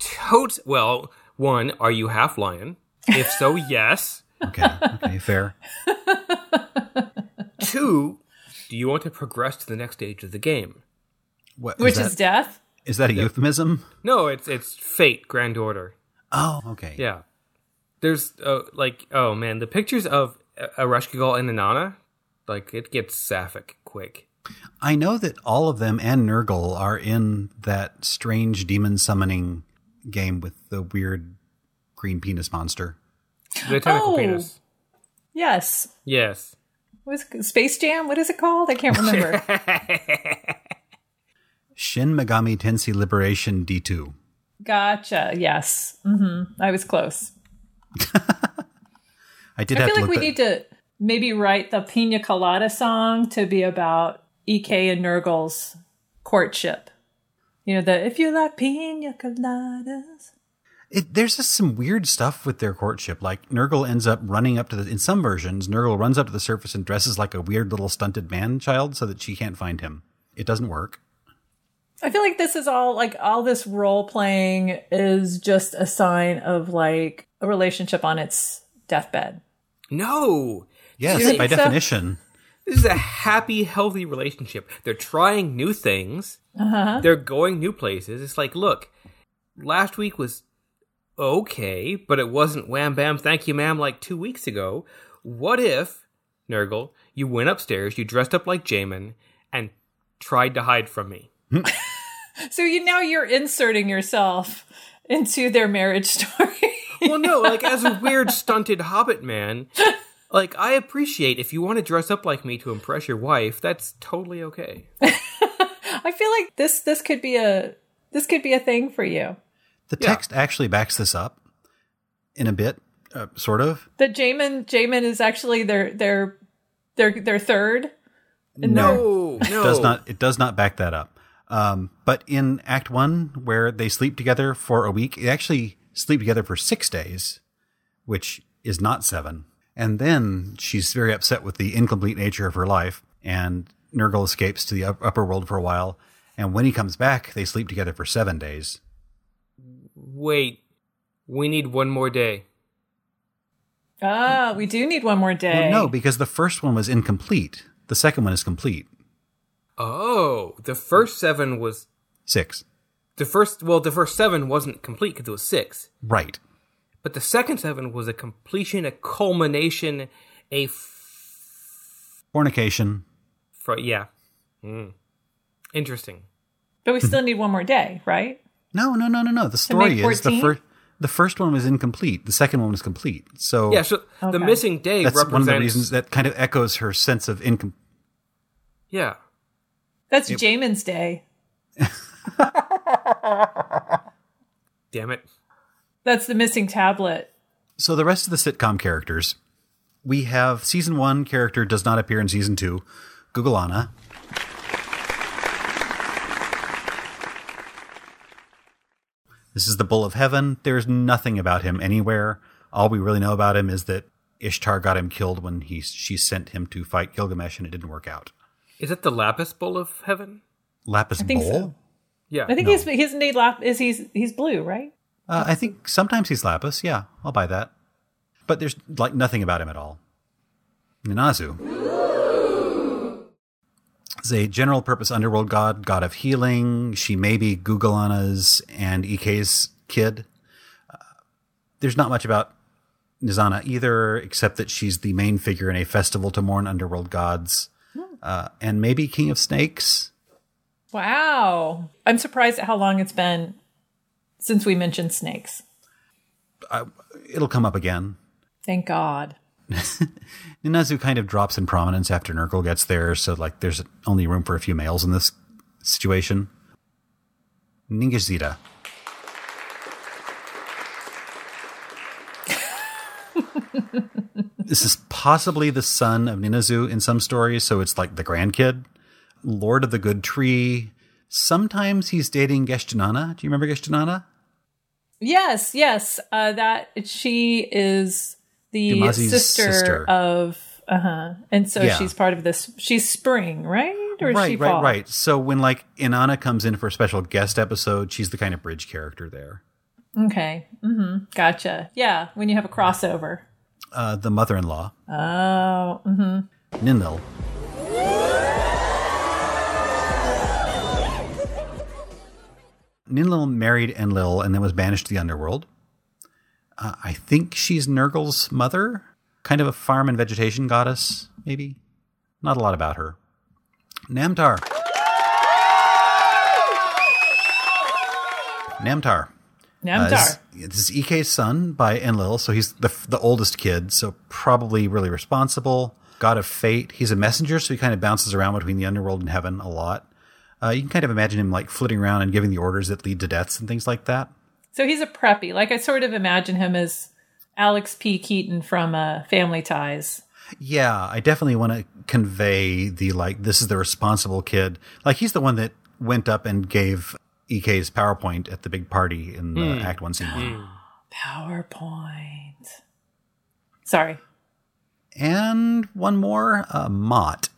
S4: totes. Well, one, are you half lion? If so, yes.
S5: Okay, okay, fair.
S4: Two, do you want to progress to the next stage of the game?
S5: What,
S3: Which
S5: that,
S3: is death?
S5: is that a euphemism?
S4: No, it's it's fate, grand order.
S5: Oh, okay.
S4: Yeah, there's uh, like, oh man, the pictures of Arashkigal and Inanna, like it gets sapphic quick.
S5: I know that all of them and Nurgle are in that strange demon summoning game with the weird green penis monster.
S4: The tentacle
S3: Oh.
S4: penis.
S3: Yes.
S4: Yes.
S3: What is it- Space Jam? What is it called? I can't remember.
S5: Shin Megami Tensei Liberation D2.
S3: gotcha. Yes. hmm I was close.
S5: I did
S3: I
S5: have
S3: feel
S5: to
S3: like
S5: look
S3: we
S5: that-
S3: need to maybe write the Pina Colada song to be about EK and Nurgle's courtship. You know, the if you like Pina Coladas.
S5: It, there's just some weird stuff with their courtship. Like Nurgle ends up running up to the. In some versions, Nurgle runs up to the surface and dresses like a weird little stunted man child so that she can't find him. It doesn't work.
S3: I feel like this is all like all this role playing is just a sign of like a relationship on its deathbed.
S4: No.
S5: Yes,
S3: You think
S5: by
S3: so?
S5: definition.
S4: This is a happy, healthy relationship. They're trying new things. They're going new places. It's like, look, last week was okay, but it wasn't wham bam, thank you, ma'am, like two weeks ago. What if, Nurgle, you went upstairs, you dressed up like Jamin, and tried to hide from me?
S3: So you now you're inserting yourself into their marriage story.
S4: Well, no, like as a weird, stunted hobbit man, like I appreciate if you want to dress up like me to impress your wife, that's totally okay.
S3: I feel like this this could be a this could be a thing for you.
S5: The
S4: Yeah.
S5: text actually backs this up in a bit, uh, sort of.
S3: That Jamin Jamin is actually their their their their third.
S4: No, no.
S5: does not it does not back that up. Um, but in Act One, where they sleep together for a week, they actually sleep together for six days, which is not seven. And then she's very upset with the incomplete nature of her life, and Nurgle escapes to the up- upper world for a while. And when he comes back, they sleep together for seven days.
S4: Wait, we need one more day.
S3: Ah, we do need one more day.
S5: Well, no, because the first one was incomplete. The second one is complete.
S4: Oh, the first seven was
S5: Six.
S4: the first. Well, the first seven wasn't complete because it was six,
S5: Right.
S4: but the second seven was a completion, a culmination, a f-
S5: Fornication.
S4: fr- yeah. Mm. Interesting.
S3: But we still need one more day, right?
S5: No, no, no, no, no. The story
S3: make
S5: is the
S3: 14?
S5: first. The first one was incomplete. The second one was complete. So
S4: Yeah, so the
S3: Oh. Okay.
S4: missing day
S5: that's
S4: represents
S5: one of the reasons that kind of echoes her sense of incom.
S4: Yeah.
S3: That's Jamin's day.
S4: Damn it.
S3: That's the missing tablet.
S5: So the rest of the sitcom characters, we have season one character does not appear in season two, Gugalana. This is the Bull of Heaven. There's nothing about him anywhere. All we really know about him is that Ishtar got him killed when he she sent him to fight Gilgamesh, and it didn't work out.
S4: Is it the lapis bowl of heaven?
S5: Lapis
S3: I think
S5: Bowl.
S3: so.
S4: Yeah.
S3: I think he's he's indeed lap is he's he's blue, right?
S5: Uh, I think sometimes he's Lapis. Yeah, I'll buy that. But there's like nothing about him at all. Nanazu is a general purpose underworld god, god of healing. She may be Gugalana's and Ikke's kid. Uh, there's not much about Nizana either, except that she's the main figure in a festival to mourn underworld gods.
S3: Hmm.
S5: Uh, and maybe King of Snakes.
S3: Wow. I'm surprised at how long it's been since we mentioned snakes.
S5: It'll come up again.
S3: Thank God.
S5: Ninazu kind of drops in prominence after Nurgle gets there, so like there's only room for a few males in this situation. Ningizida. this is possibly the son of Ninazu in some stories, so it's like the grandkid. Lord of the Good Tree. Sometimes he's dating Geshtanana. Do you remember Geshtanana?
S3: Yes, yes. Uh, that she is the
S5: Dumazi's
S3: sister,
S5: sister.
S3: of uh huh, and so
S5: Yeah.
S3: she's part of this. She's spring, right? Or is
S5: right,
S3: she
S5: right,
S3: fall?
S5: right. So when like Inanna comes in for a special guest episode, she's the kind of bridge character there.
S3: Okay. Mm-hmm. Gotcha. Yeah. When you have a crossover.
S5: uh, the mother-in-law,
S3: Oh. Mm-hmm.
S5: Ninil. Ninil married Enlil and then was banished to the underworld. Uh, I think she's Nurgle's mother, kind of a farm and vegetation goddess, maybe. Not a lot about her. Namtar. Namtar. Uh,
S3: Namdar.
S5: This, this is EK's son by Enlil, so he's the, the oldest kid, so probably really responsible. God of Fate. He's a messenger, so he kind of bounces around between the underworld and heaven a lot. Uh, you can kind of imagine him like flitting around and giving the orders that lead to deaths and things like that.
S3: so he's a preppy. Like I sort of imagine him as Alex P. Keaton from uh, Family Ties.
S5: Yeah, I definitely want to convey the like, this is the responsible kid. Like, he's the one that went up and gave EK's PowerPoint at the big party in the Act 1 Scene 1.
S3: PowerPoint. Sorry.
S5: And one more, uh, Mott.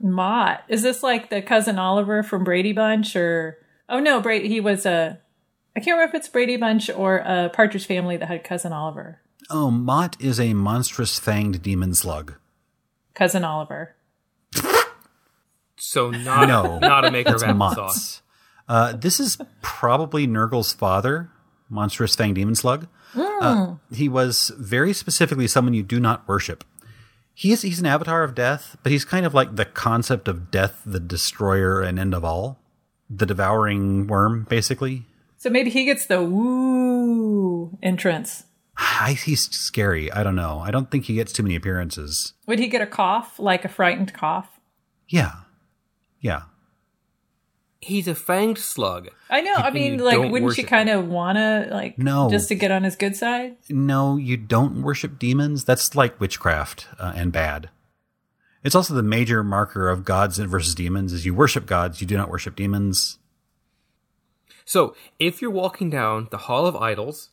S3: Mott. Is this like the cousin Oliver from Brady Bunch or oh no, Brady he was a I can't remember if it's Brady Bunch or a Partridge Family that had cousin Oliver.
S5: Oh, Mott is a monstrous fanged demon slug.
S3: Cousin Oliver.
S4: so not
S5: No.
S4: not a maker of applesauce.
S5: Mott. Uh, this is probably Nurgle's father, monstrous fanged demon slug. Uh, he was very specifically someone you do not worship. He is, he's an avatar of death, but he's kind of like the concept of death, the destroyer and end of all, the devouring worm, basically.
S3: So maybe he gets the woo entrance.
S5: I, he's scary. I don't know. I don't think he gets too many appearances.
S3: Would he get a cough, like a frightened cough?
S5: Yeah. Yeah.
S4: He's a fanged slug.
S3: I know. I
S4: People you
S3: mean, like,
S4: don't
S3: wouldn't
S4: worship.
S3: you kind of want to, like,
S5: No.
S3: just to get on his good side?
S5: no, you don't worship demons. That's like witchcraft uh, and bad. It's also the major marker of gods versus demons is you worship gods, you do not worship demons.
S4: So if you're walking down the Hall of Idols,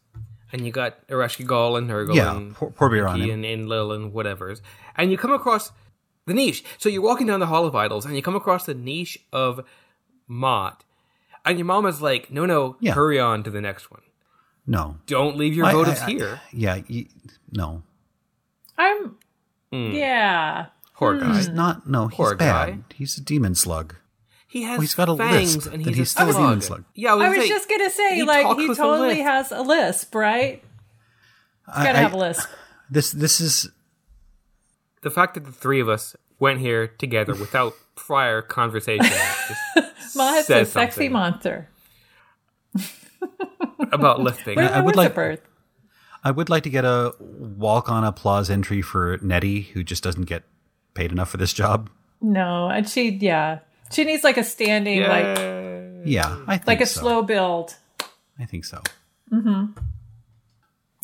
S4: and you got Ereshkigal and Nurgle
S5: Yeah,
S4: and
S5: pour- pour beer on
S4: Nikki
S5: him.
S4: and, and Lil and whatever's, and you come across the niche. So you're walking down the Hall of Idols, and you come across the niche of Mott, and your mom is like, "No, no,
S5: Yeah.
S4: hurry on to the next one.
S5: No.
S4: Don't leave your
S5: I-
S4: motives
S5: I- I-
S4: here."
S5: Yeah, you, no.
S3: I'm.
S4: Hmm.
S3: Yeah.
S4: Poor
S3: Hmm.
S4: guy.
S5: He's not. No, he's
S4: Poor guy.
S5: bad. He's a demon slug.
S4: He has
S5: Well, he's got a
S4: fangs
S5: lisp,
S4: and
S5: then
S4: he's,
S5: he's
S4: a
S5: still a
S4: slug.
S5: demon slug.
S4: Yeah, I was,
S3: I was
S4: gonna say,
S3: just gonna say,
S4: he
S3: like
S4: talks
S3: he
S4: with a
S3: totally
S4: lisp.
S3: has a lisp, right? He's
S5: I-
S3: gotta
S5: I-
S3: have a lisp.
S5: This this is
S4: the fact that the three of us went here together without prior conversation just
S3: Ma's a
S4: says
S3: sexy
S4: something
S3: monster.
S4: about lifting.
S3: Where
S5: I would
S3: was
S5: like-
S3: the birth?
S5: I would like to get a walk on applause entry for Nettie, who just doesn't get paid enough for this job.
S3: No, and she yeah, she needs like a standing like
S4: Yeah.
S5: Yeah, I think
S3: like a
S5: so.
S3: slow build.
S5: I think so.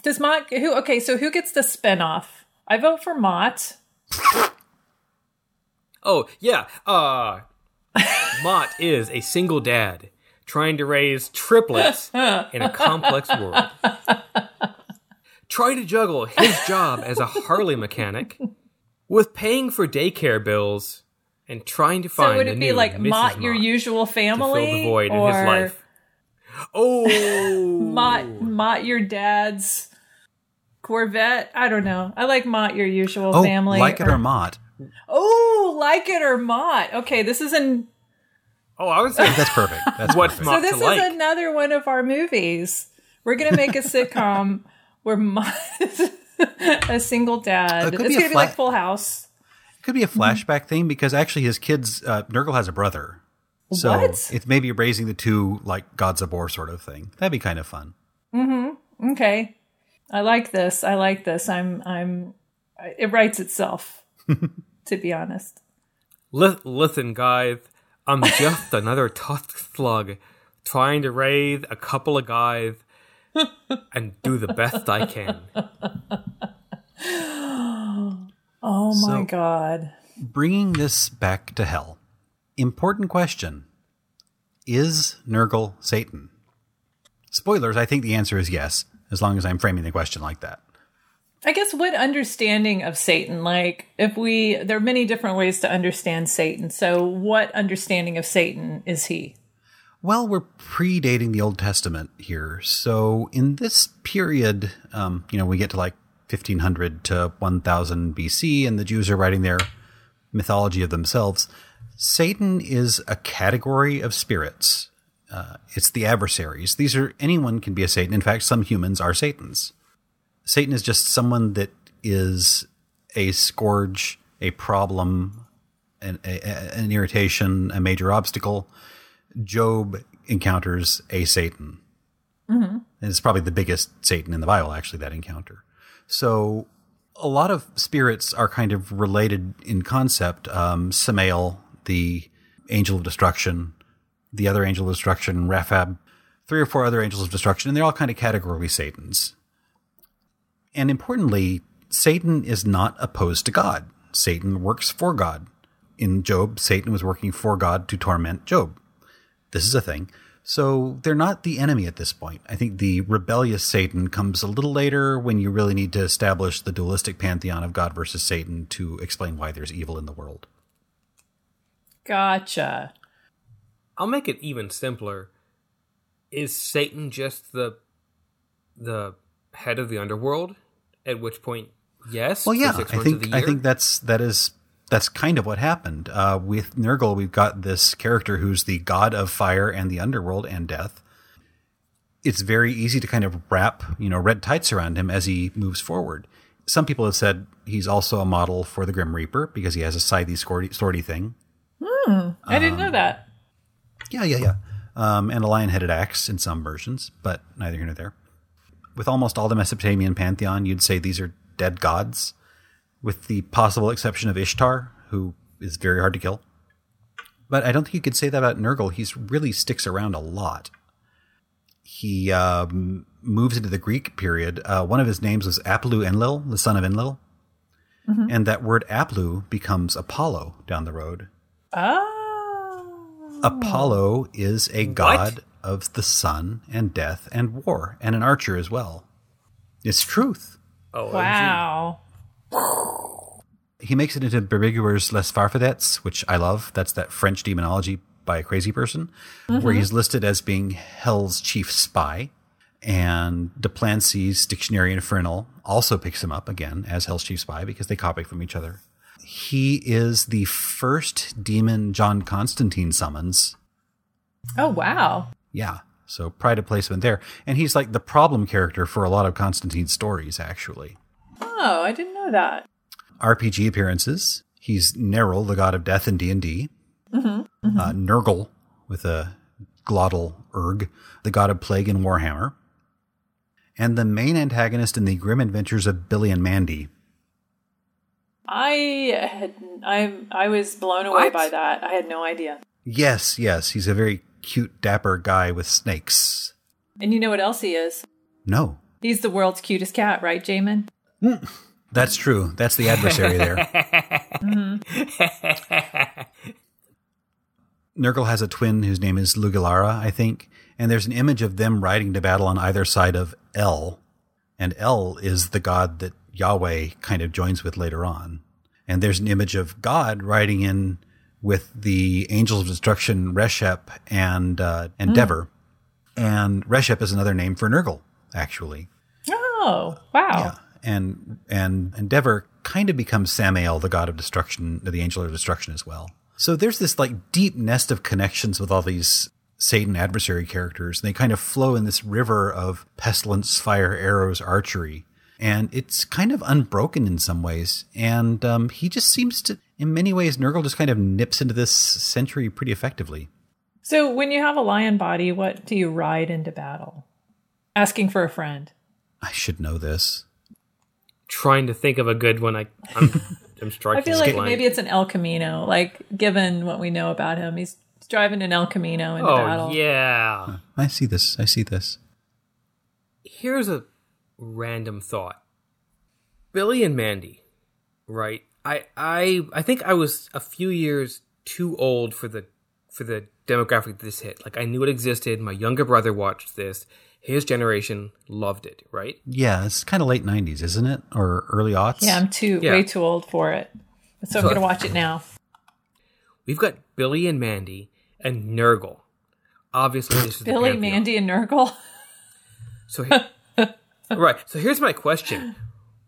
S3: Does Mott who okay, so who gets the spinoff? I vote for Mott.
S4: Oh yeah. Uh Mott is a single dad trying to raise triplets in a complex world. Trying to juggle his job as a Harley mechanic with paying for daycare bills and trying to find
S3: So would
S4: a
S3: it be
S4: new
S3: like
S4: Mrs.
S3: Mott, your
S4: Mott
S3: usual
S4: to
S3: family?
S4: fill the void
S3: or
S4: in his life. Oh,
S3: Mott Mott your dad's Corvette? I don't know. I like Mott your usual
S5: Oh,
S3: family.
S5: like it or not,
S3: Oh, like it or Mott. Okay, this is an
S4: Oh, I would say
S5: that's perfect. That's
S4: What's
S5: perfect.
S4: Mott
S3: so this
S4: to
S3: is
S4: like.
S3: another one of our movies. We're gonna make a sitcom where Mott is a single
S5: Uh,
S3: dad.
S5: it
S3: It's
S5: could
S3: gonna
S5: be a
S3: be like
S5: flat-
S3: Full House.
S5: It could be a
S3: Mm-hmm.
S5: flashback thing because actually his kids, uh, Nurgle has a brother. So
S3: What?
S5: it's maybe raising the two like gods of war sort of thing. That'd be kind of fun.
S3: Okay. I like this. I like this. I'm I'm it writes itself, to be honest.
S4: Li- listen, guys, I'm just another tough slug trying to raise a couple of guys and do the best I can.
S3: Oh my
S5: So-
S3: god.
S5: Bringing this back to hell. Important question: Is Nurgle Satan? Spoilers. I think the answer is yes, as long as I'm framing the question like that.
S3: I guess what understanding of Satan, like if we there are many different ways to understand Satan. So what understanding of Satan is he?
S5: Well, we're predating the Old Testament here. So in this period, um, you know, we get to like 1500 to 1000 BC, and the Jews are writing their mythology of themselves. Satan is a category of spirits. Uh, it's the adversaries. These are anyone can be a Satan. In fact, some humans are Satans. Satan is just someone that is a scourge, a problem, an, a, a- an irritation, a major obstacle. Job encounters a Satan. And it's probably the biggest Satan in the Bible, actually, that encounter. So a lot of spirits are kind of related in concept. Um, Samael, the angel of destruction, the other angel of destruction, Raphab, three or four other angels of destruction, and they're all kind of category Satans. And importantly, Satan is not opposed to God. Satan works for God. In Job, Satan was working for God to torment Job this is a thing. So they're not the enemy at this point. I think the rebellious Satan comes a little later when you really need to establish the dualistic pantheon of God versus Satan to explain why there's evil in the world.
S3: Gotcha.
S4: I'll make it even simpler. Is Satan just the the head of the underworld? At which point, yes.
S5: Well,
S4: for
S5: yeah,
S4: six
S5: I
S4: months of
S5: think
S4: the
S5: I
S4: year.
S5: think that's that is that's kind of what happened uh, with Nurgle. We've got this character who's the god of fire and the underworld and death. It's very easy to kind of wrap you know red tights around him as he moves forward. Some people have said he's also a model for the Grim Reaper because he has a scythe swordy, swordy thing.
S3: I didn't know that.
S5: Yeah, yeah, yeah. Um, and a lion headed axe in some versions, but neither here nor there. With almost all the Mesopotamian pantheon, you'd say these are dead gods, with the possible exception of Ishtar, who is very hard to kill. But I don't think you could say that about Nurgle. He really sticks around a lot. He um, moves into the Greek period. Uh, one of his names was Aplu Enlil, the son of Enlil. And that word Aplu becomes Apollo down the road.
S3: Oh.
S5: Apollo is a god of the sun and death and war, and an archer as well. It's truth.
S4: Oh,
S3: Wow.
S5: He makes it into Berbiguer's Les Farfadets, which I love. That's that French demonology by a crazy person, where he's listed as being Hell's chief spy. And Duplancy's Dictionary Infernal also picks him up again as Hell's Chief Spy because they copy from each other. He is the first demon John Constantine summons.
S3: Oh, wow.
S5: Yeah. So pride of placement there. And he's like the problem character for a lot of Constantine's stories, actually.
S3: Oh, I didn't know that.
S5: RPG appearances. He's Neril, the god of death in D&D. Uh, Nurgle with a glottal erg, the god of plague in Warhammer. And the main antagonist in the grim adventures of Billy and Mandy.
S3: I had I I was blown away
S4: What?
S3: by that. I had no idea.
S5: Yes, yes, he's a very cute, dapper guy with snakes.
S3: And you know what else he is?
S5: No,
S3: He's the world's cutest cat, right, Jamin?
S5: that's true. That's the adversary there. Nurgle has a twin whose name is Lugilara, I think, and there's an image of them riding to battle on either side of El, and El is the god that Yahweh kind of joins with later on. And there's an image of God riding in with the angels of destruction, Reshep and uh, and Dever, and Reshep is another name for Nurgle, actually.
S3: Oh, wow.
S5: And and Endeavor kind of becomes Samael, the god of destruction, the angel of destruction as well. So there's this like deep nest of connections with all these Satan adversary characters, and they kind of flow in this river of pestilence, fire, arrows, archery, and it's kind of unbroken in some ways. And um, he just seems to, in many ways, Nurgle just kind of nips into this century pretty effectively.
S3: So when you have a lion body, what do you ride into battle? Asking for a friend.
S5: I should know this.
S4: Trying to think of a good one. I, I'm, I'm striking.
S3: I feel like
S4: blank.
S3: maybe it's an El Camino. Like given what we know about him, he's driving an El Camino into
S4: Oh
S3: battle.
S4: yeah.
S5: I see this. I see this.
S4: Here's a random thought. Billy and Mandy, right? I I I think I was a few years too old for the for the demographic this hit. Like I knew it existed. My younger brother watched this. His generation loved it, right?
S5: Yeah, it's kind of late '90s, isn't it, or early aughts?
S3: Yeah, I'm too
S4: Yeah.
S3: way too old for it. So I'm
S4: So-
S3: gonna watch it now.
S4: We've got Billy and Mandy and Nurgle. Obviously, this is
S3: Billy,
S4: the pantheon.
S3: Mandy, and Nurgle.
S4: So, he- right. So here's my question: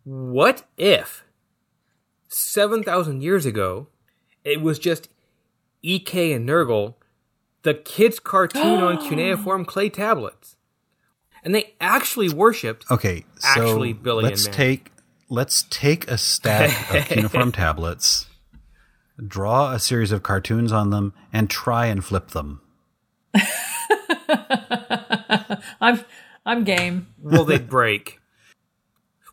S4: What if seven thousand years ago it was just Ek and Nurgle, the kids' cartoon on cuneiform clay tablets, and they actually worshipped?
S5: Okay, so
S4: Actually, Billy and
S5: let's
S4: Mandy.
S5: take let's take a stack of cuneiform tablets, draw a series of cartoons on them, and try and flip them.
S3: I'm I'm game.
S4: Will they break?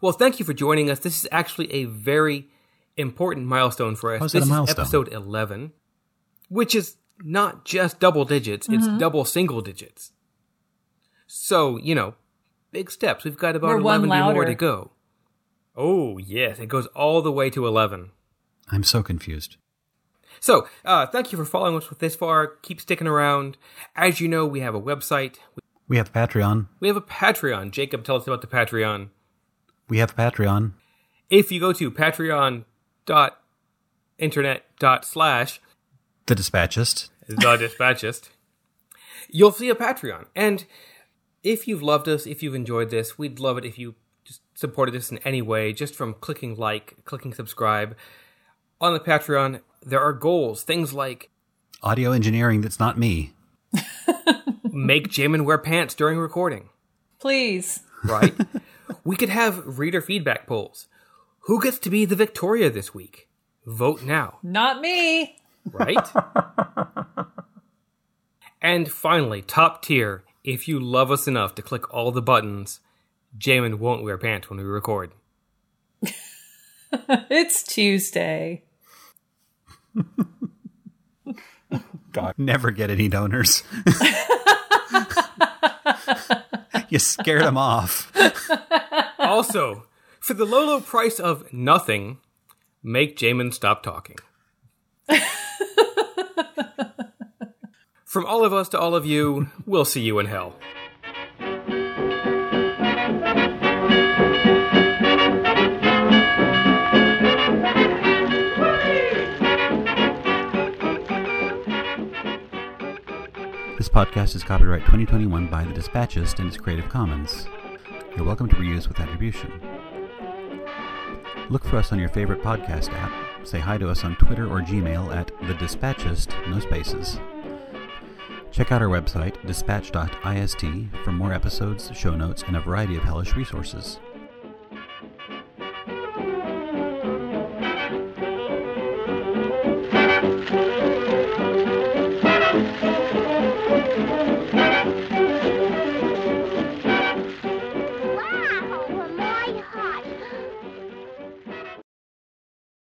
S4: Well, thank you for joining us. This is actually a very important milestone for us.
S5: How is
S4: this
S5: it a milestone?
S4: is episode eleven, which is not just double digits; it's double single digits. So you know, big steps. We've got about
S3: We're one
S4: eleven more
S3: louder.
S4: to go. Oh yes, it goes all the way to eleven.
S5: I'm so confused.
S4: So, uh, thank you for following us this far. Keep sticking around. As you know, we have a website.
S5: We have Patreon.
S4: We have a Patreon. Jacob, tell us about the Patreon.
S5: We have Patreon.
S4: if you go to patreon.internet dot slash
S5: The Dispatchist.
S4: the dispatchist you'll see a patreon and if you've loved us if you've enjoyed this we'd love it if you just supported us in any way just from clicking like clicking subscribe on the patreon there are goals things like
S5: Audio engineering. That's not me.
S4: make jamin wear pants during recording
S3: Please.
S4: right we could have reader feedback polls who gets to be the victoria this week vote now
S3: Not me.
S4: right? and finally, top tier. If you love us enough to click all the buttons, Jamin won't wear pants when we record.
S3: It's Tuesday.
S5: God, never get any donors. you scared them off.
S4: Also, for the low, low price of nothing, make Jamin stop talking. From all of us to all of you, we'll see you in hell.
S5: This podcast is copyright 2021 by The Dispatchist and is Creative Commons. You're welcome to reuse with attribution. Look for us on your favorite podcast app. Say hi to us on Twitter or Gmail at The Dispatchist, no spaces. Check out our website, dispatch.ist, for more episodes, show notes, and a variety of hellish resources.